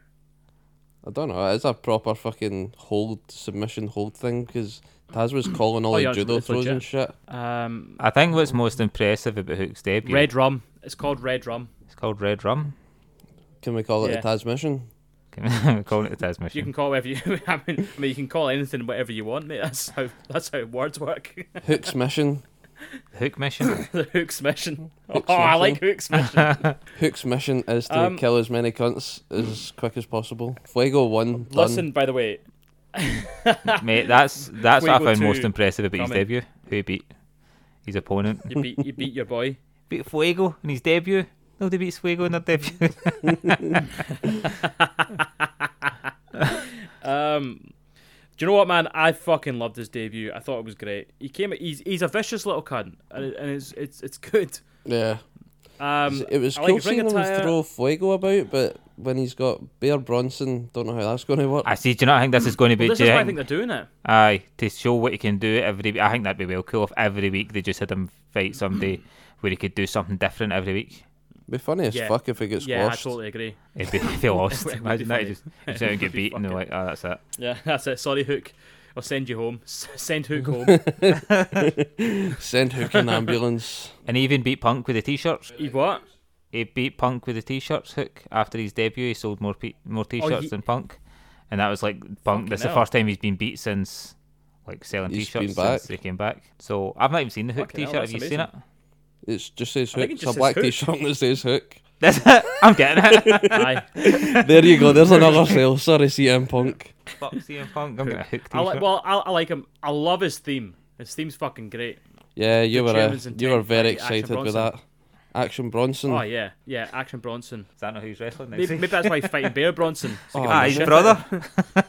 S4: I don't know. It's a proper fucking hold submission hold thing because Taz was calling all
S1: Oh,
S4: the
S1: yeah, it's-
S4: judo
S1: it's
S4: throws and
S1: legit.
S4: shit.
S1: Um,
S5: I think what's most impressive about Hook's debut,
S1: Red Rum. It's called Red Rum.
S5: it's called Red Rum.
S4: Can we call it
S1: Yeah.
S4: a Taz mission?
S5: We're calling it a Taz
S1: You
S5: Mission.
S1: can call it whatever you. I mean, I mean, you can call it anything, whatever you want, mate. That's how that's how words work.
S4: Hook's mission.
S5: Hook Mission.
S1: the Hook's mission.
S4: Hook's
S1: oh, I
S4: mission.
S1: like Hook's mission.
S4: Hook's mission is to
S1: Um,
S4: kill as many cunts as quick as possible. Fuego one. Done.
S1: Listen, by the way,
S5: Mate, that's that's what I
S1: Fuego
S5: found
S1: two
S5: most impressive about his
S1: coming.
S5: debut. Who he beat. His opponent.
S1: you beat you beat your boy.
S5: Beat Fuego in his debut. Nobody beats Fuego in their debut.
S1: Um, do you know what, man? I fucking loved his debut. I thought it was great. He came. He's he's a vicious little cunt, and, it, and it's it's it's good.
S4: Yeah,
S1: Um,
S4: it was
S1: I
S4: cool
S1: like his ring
S4: seeing him
S1: attire.
S4: throw Fuego about, but when he's got Bear Bronson, don't know how that's going to work.
S5: I see. Do you not think this is going to be?
S1: Well, this
S5: do
S1: is
S5: you
S1: why I think
S5: think-
S1: they're doing it.
S5: Aye, to show what he can do every. I think that'd be well cool if every week they just had him fight somebody where he could do something different every week.
S4: Be funny as
S1: Yeah.
S4: fuck if it gets
S1: Yeah,
S4: squashed.
S1: I totally agree.
S5: It'd be if he lost.
S1: It would be
S5: Imagine that
S1: funny.
S5: he just he just don't
S1: It'd
S5: get
S1: be
S5: beat and they're like, oh, that's it.
S1: Yeah, that's it. Sorry, Hook. I'll send you home. S- send Hook home.
S4: Send Hook an ambulance.
S5: And he even beat Punk with the t-shirts.
S1: he what?
S5: He beat Punk with the t-shirts hook after his debut. He sold more pe- more t-shirts
S1: Oh, he-
S5: than Punk, and that was like Punk. That's the
S1: hell.
S5: first time he's been beat since like selling
S4: He's been
S5: t-shirts since
S4: back.
S5: he came back. So I've not even seen the hook
S1: Fucking hell,
S5: t-shirt. Have
S1: that's
S5: you seen it?
S1: amazing.
S4: It's just says Hook.
S1: think it
S4: It's
S1: just
S4: a
S1: says
S4: black
S1: Hook.
S4: t-shirt that says Hook.
S5: That's it. I'm getting it.
S1: Aye.
S4: There you go. There's another sale. Sorry, CM Punk.
S5: Fuck CM Punk. I'm getting a hook t-shirt.
S1: I like. Well, I, I like him. I love his theme. His theme's fucking great.
S4: Yeah, you were uh,
S1: chairman's
S4: you were
S1: intent,
S4: very
S1: right, Action
S4: excited with
S1: Bronson.
S4: that. Action Bronson.
S1: Oh yeah, yeah. Action Bronson.
S5: Is that not who's wrestling next
S1: Maybe, maybe that's why he's fighting Bear Bronson. So
S4: Oh,
S1: give him
S5: Ah,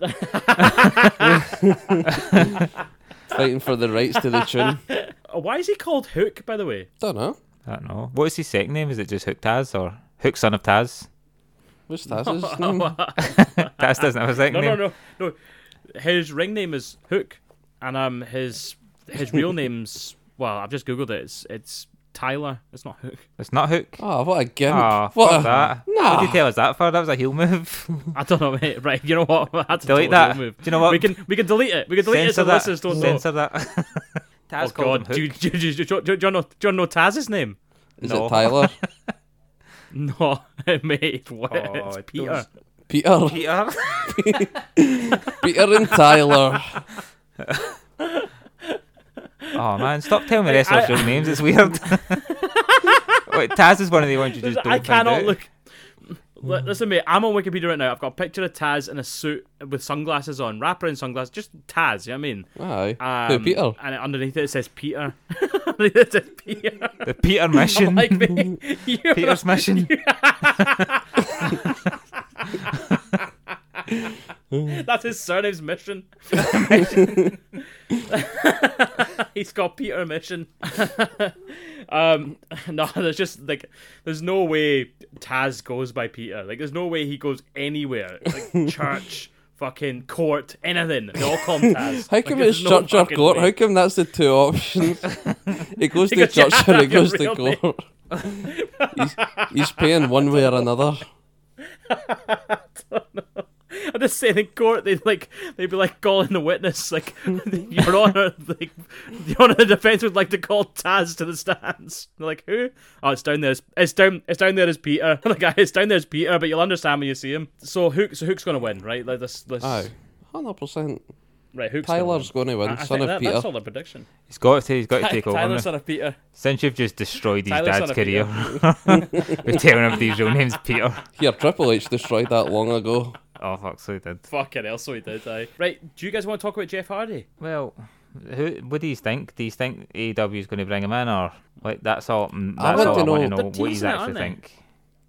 S1: the shit.
S5: his brother.
S4: Fighting for the rights to the tune.
S1: Oh, Why is he called Hook? By the way,
S4: Don't know.
S5: I don't know. What is his second name? Is it just Hook Taz or Hook Son of Taz?
S4: What's Taz's name?
S5: Taz doesn't have a second
S1: No,
S5: name.
S1: no, no, no. His ring name is Hook, and um, his his real name's well, I've just googled it. It's it's Tyler. It's not Hook.
S5: It's not Hook.
S4: Oh, what a gimp.
S5: Ah,
S4: what
S5: fuck
S4: a...
S5: that.
S4: Nah.
S5: What did you tell us that for? That was a heel move.
S1: I don't know, mate. Right, you know what? That's a
S5: Delete
S1: total
S5: that.
S1: Move.
S5: Do you know what?
S1: We can we can delete it. We can delete
S5: Censor
S1: it so the
S5: that.
S1: listeners don't
S5: Censor that.
S1: know. Oh
S5: Taz
S1: God,
S5: called him
S1: do you,
S5: Hook.
S1: do, you, do, you, do, you, do, you, do, you know, do you know Taz's name?
S4: Is
S5: No.
S4: it Tyler?
S1: No, mate. What?
S5: Oh,
S1: it's
S5: it
S1: Peter.
S5: does-
S4: Peter.
S5: Peter.
S4: Peter and Tyler.
S5: Oh man, stop telling me wrestlers'
S1: I-
S5: real names. It's weird. Wait, Taz is one of the ones you just don't
S1: I
S5: find
S1: cannot
S5: out.
S1: look. Li- Listen, mate. I'm on Wikipedia right now. I've got a picture of Taz in a suit with sunglasses on, wrapper and sunglasses. Just Taz. You know what I mean?
S4: Aye. Who,
S1: Um,
S4: Peter?
S1: And underneath it says Peter. underneath it says Peter.
S5: The Peter mission.
S1: Like me. You-
S5: Peter's mission.
S1: That's his surname's Mission. He's got Peter Mission. um, no, there's just like, there's no way Taz goes by Peter. Like, there's no way he goes anywhere. Like church, fucking court, anything. They all call him Taz.
S4: How
S1: Like,
S4: come it's
S1: there's no
S4: church or
S1: fucking
S4: court?
S1: way.
S4: How come that's the two options? he goes to
S1: goes,
S4: church
S1: "Yeah,
S4: and he goes to
S1: real name."
S4: court. he's, he's paying one way or another.
S1: I'm just saying in court they'd like they'd be like calling the witness like Your Honor like Your Honor the defense would like to call Taz to the stands. They're like, who? Oh it's down there it's, it's down it's down there is Peter. the guy it's down there's Peter, but you'll understand when you see him. So Hook so Hook's gonna win, right? Like this this
S4: Aye. 100%.
S1: right Hook's gonna
S4: Tyler's
S1: win.
S4: going to win,
S1: I- I
S4: son
S1: think
S4: of
S1: that-
S4: Peter.
S1: That's all the prediction.
S5: He's got to. He's got to take over.
S1: Tyler
S5: now.
S1: son of Peter.
S5: Since you've just destroyed his
S1: Tyler
S5: dad's
S1: son of
S5: career, we're telling him his real name's Peter.
S4: Here, Triple H destroyed that long ago.
S5: Oh fuck, so he did.
S1: Fucking hell, so he did I. Right, do you guys want to talk about Jeff Hardy?
S5: Well, who? What do you think? Do you think AEW is going to bring him in, or like that's all? mm,
S4: I
S5: That's
S4: want
S5: all
S4: to
S5: I want to
S4: know.
S5: know
S1: They're
S5: what he's
S1: teasing it,
S5: actually
S1: aren't they?
S5: think.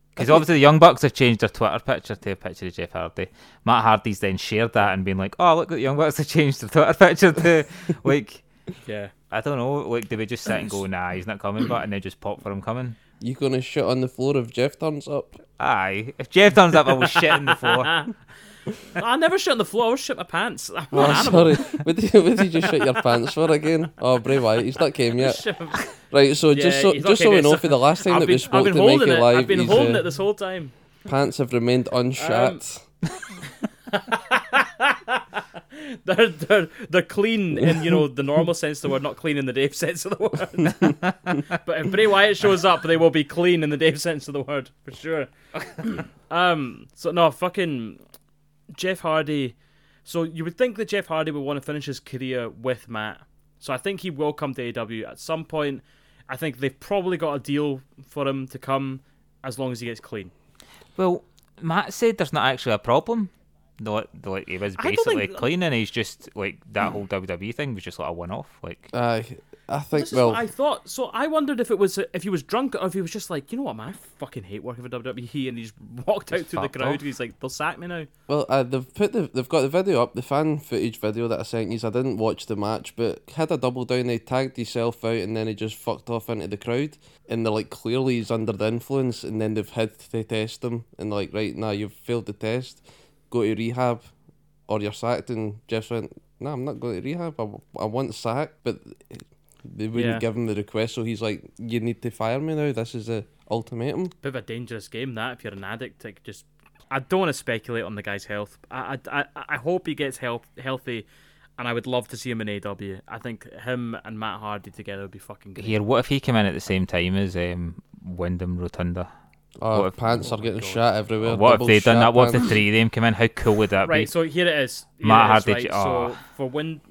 S5: Because obviously the Young Bucks have changed their Twitter picture to a picture of Jeff Hardy. Matt Hardy's then shared that and been like, "Oh, look, the Young Bucks have changed their Twitter picture to like."
S1: Yeah.
S5: I don't know. Like, do we just sit and go, "Nah, he's not coming," but and then just pop for him coming?
S4: You going to shit on the floor if Jeff turns up?
S5: Aye. If Jeff turns up, I will shit in the floor.
S1: I never shit on the floor, I always shit my pants. I'm
S4: Oh,
S1: not an animal.
S4: sorry. What did, what did you shit your pants for again? Oh, Bray Wyatt, he's not came yet.
S1: Shit my-
S4: Right, so
S1: Yeah,
S4: just so
S1: he's
S4: just
S1: okay,
S4: so we
S1: dude,
S4: know,
S1: so-
S4: for the last time
S1: I've
S4: that
S1: been,
S4: we
S1: I've
S4: spoke
S1: been
S4: to Mikey
S1: holding it.
S4: Live,
S1: I've been
S4: his
S1: holding
S4: uh,
S1: it this Um, whole time.
S4: pants have remained unshat.
S1: They're, they're, they're clean in you know the normal sense of the word, not clean in the Dave sense of the word. but if Bray Wyatt shows up, they will be clean in the Dave sense of the word for sure. um. So no, fucking Jeff Hardy. So you would think that Jeff Hardy would want to finish his career with Matt. So I think he will come to AW at some point. I think they've probably got a deal for him to come as long as he gets clean.
S5: Well, Matt said there's not actually a problem. No, like he was
S1: I don't
S5: basically
S1: think-
S5: clean, and he's just like that whole WWE thing was just like a one-off. Like,
S4: Aye, I think
S1: This is
S4: well,
S1: what I thought. So I wondered if it was uh, if he was drunk or if he was just like, you know what, man, I fucking hate working for WWE, and he's walked out through the
S5: fucked
S1: crowd.
S5: off.
S1: And he's like, they'll sack me now.
S4: well, uh, they've put the, they've got the video up, the fan footage video that I sent you. I didn't watch the match, but had a double down. They tagged himself out, and then he just fucked off into the crowd. And they're like, clearly he's under the influence. And then they've had to test him, and they're like, right now nah, you've failed the test, go to rehab, or you're sacked. And Jeff went, no, I'm not going to rehab. I, w- I want sacked, but they wouldn't
S1: Yeah.
S4: give him the request. So he's like, you need to fire me now. This is the ultimatum.
S1: Bit of a dangerous game that if you're an addict, like just. I don't want to speculate on the guy's health. I I, I- I hope he gets health, healthy, and I would love to see him in AW. I think him and Matt Hardy together would be fucking great.
S5: here, what if he came in at the same time as um, Wyndham Rotunda?
S4: Oh,
S5: What if-
S4: pants are getting shot everywhere.
S5: What
S4: double
S5: if they done
S4: shot
S5: that? What if the
S4: pants.
S5: three of them came in? How cool would that
S1: Right,
S5: be?
S1: so here it is. Here
S5: Matt
S1: it is,
S5: Hardy- oh.
S1: right? So
S5: aw.
S1: for Wind,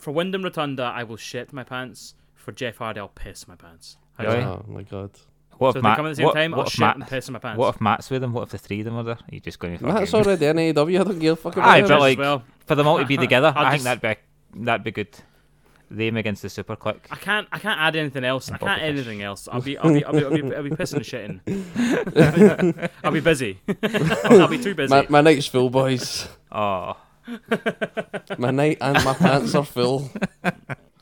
S1: for Wyndham Rotunda, I will shit my pants. For Jeff Hardy, I'll piss my pants. How's
S5: Really?
S1: that?
S4: Oh my god.
S5: What
S1: So
S5: if
S1: if they
S5: Matt?
S1: come at the same
S5: what,
S1: time, I'll
S5: what if
S1: shit
S5: Matt?
S1: and piss in my pants.
S5: What if Matt's with him? What if the three of them are there? He's just going to.
S4: That's already an AEW. I don't give a fuck about
S5: Aye,
S4: it.
S5: but
S1: as
S5: like
S1: well.
S5: for them all to be together,
S1: I'll
S5: I
S1: just-
S5: think that'd be that'd be good. Them against the Super Click.
S1: I can't. I can't add anything else. I can't
S5: Bobby
S1: add
S5: Fish.
S1: anything else. I'll be. I'll be. I'll be. I'll be, I'll be pissing and shitting. I'll be busy. I'll be too busy.
S4: my, my night's full, boys.
S5: Oh,
S4: My night and my pants are full.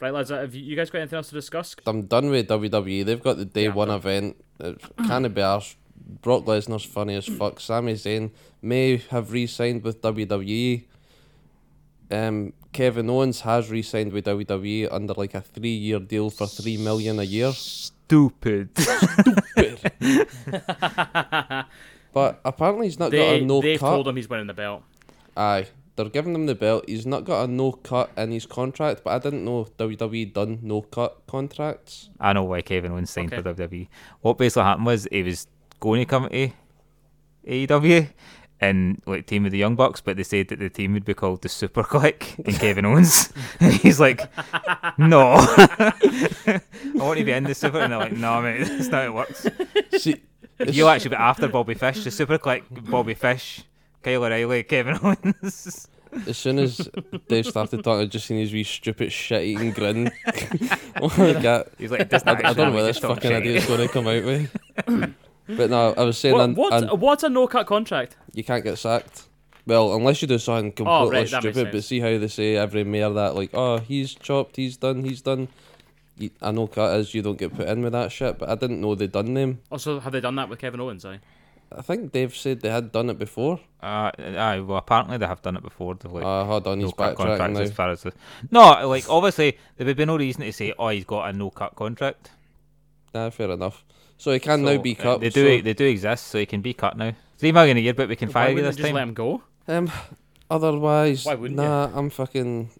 S1: Right, lads. uh, Have you, you guys got anything else to discuss?
S4: I'm done with WWE. They've got the day one event. It can't be arsed. Brock Lesnar's funny as fuck. Sami Zayn may have re-signed with WWE. Um, Kevin Owens has re-signed with WWE under like a three-year deal for three million a year.
S5: stupid.
S4: But apparently he's not
S1: They,
S4: got a no
S1: they've
S4: cut.
S1: told him he's winning the belt.
S4: Aye, they're giving him the belt. He's not got a no cut in his contract, but I didn't know WWE E done no cut contracts.
S5: I know why Kevin Owens signed
S1: Okay.
S5: for WWE. What basically happened was he was going to come to AEW and like team with the Young Bucks, but they said that the team would be called the Super Click and Kevin Owens. And he's like, no, I want to be in the Super. And they're like, no, mate, that's not how it works.
S4: See,
S5: You'll actually be after Bobby Fish, the Super Click, Bobby Fish, Kyle O'Reilly, Kevin Owens.
S4: as soon as Dave started talking, I just seen his wee stupid shit-eating grin. oh my God.
S5: He's like, that's not
S4: I don't know
S5: actually
S4: where
S5: how we
S4: this
S5: just talk
S4: fucking
S5: shit.
S4: idea's going to come out with. But no, I was saying,
S1: What,
S4: un-
S1: what's,
S4: un-
S1: what's a no cut contract?
S4: you can't get sacked. Well, unless you do something completely
S1: Oh, right, that makes
S4: stupid. But
S1: sense.
S4: see how they say every mayor that like, oh, he's chopped, he's done, he's done. You- I know cut is you don't get put in with that shit, but I didn't know they done them.
S1: Also, have they done that with Kevin Owens? eh? Aye?
S4: I think Dave said they had done it before.
S5: Uh, aye, well, apparently they have done it before. They've like
S4: Uh, hold on,
S5: no
S4: he's backtracking
S5: cut contracts
S4: now.
S5: as far as the... no, like obviously there would be no reason to say, oh, he's got a no cut contract.
S4: Nah, fair enough. So he can
S5: So,
S4: now be
S5: uh,
S4: cut.
S5: They do. They do exist, so he can be cut now. Three million a year, but we can
S1: Why
S5: fire you
S1: wouldn't
S5: this
S1: they just
S5: time.
S1: let him go?
S4: Um, otherwise,
S1: Why wouldn't
S4: nah, I'm fucking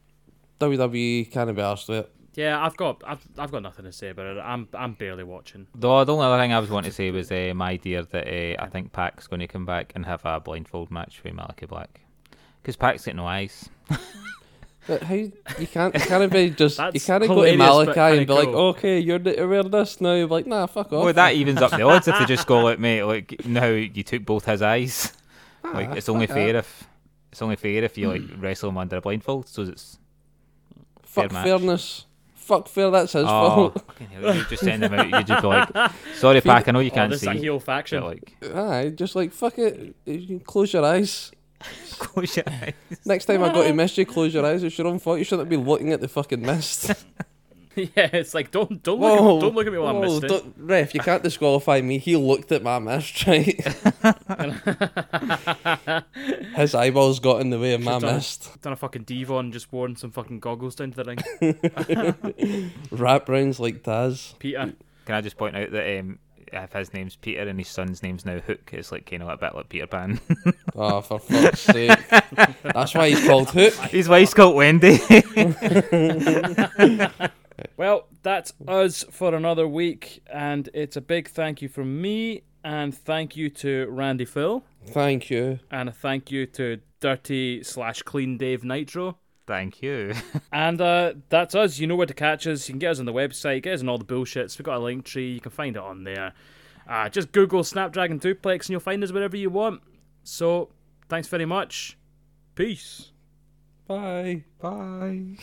S4: WWE can't be arsed with it.
S1: Yeah, I've got I've, I've got nothing to say about it. I'm I'm barely watching.
S5: The, the only other thing I was wanting to say was, uh, my dear, that uh, I think Pac's going to come back and have a blindfold match with Malachi Black, because Pac's got no eyes.
S4: But how you can't you can't be just you
S1: That's
S4: can't go to
S1: hilarious, but
S4: Malachi and be
S1: kinda
S4: like,
S1: cool.
S4: okay, you're n- aware of this now. You're like, nah, fuck off.
S5: Well, that evens up the odds if they just go like, mate, like now you took both his eyes. Like it's only
S4: Ah, fuck
S5: fair if it's only fair if you like wrestle him under a blindfold. So it's
S4: fuck
S5: match.
S4: fairness. Fuck fair. That's his
S5: oh,
S4: fault.
S5: fucking hell, you just send him out. You just be like, sorry, Pac, I know you
S1: Oh,
S5: can't
S1: this is
S5: see.
S1: a heel
S5: but,
S1: faction.
S5: like,
S4: Aye, just like fuck it. You can close your eyes. oh,
S5: close your eyes.
S4: Next time I go to mist, you close your eyes. It's your own fault. You shouldn't be looking at the fucking mist.
S1: yeah, it's like don't don't look,
S4: Whoa,
S1: don't look at me while I'm
S4: whoa,
S1: missing.
S4: don't- Ref, you can't disqualify me. He looked at my mist, right? His eyeballs got in the way of my
S1: done it.
S4: mist.
S1: Done a fucking Devon, just worn some fucking goggles down to the ring.
S4: Wrap rounds like Taz.
S1: Peter,
S5: Can I just point out that um, if his name's Peter and his son's name's now Hook, it's like kind of a bit like Peter Pan.
S4: Oh, for fuck's sake. That's why he's called Hook.
S5: his wife's called Wendy.
S1: Well, that's us for another week, and it's a big thank you from me, and thank you to Randy Phil,
S4: Thank you.
S1: and a thank you to Dirty slash Clean Dave Nitro.
S5: Thank you.
S1: And uh, that's us. You know where to catch us. You can get us on the website, get us on all the bullshits. We've got a link tree. You can find it on there. Uh, just Google Snapdragon Duplex and you'll find us wherever you want. So, thanks very much. Peace.
S4: Bye.
S5: Bye.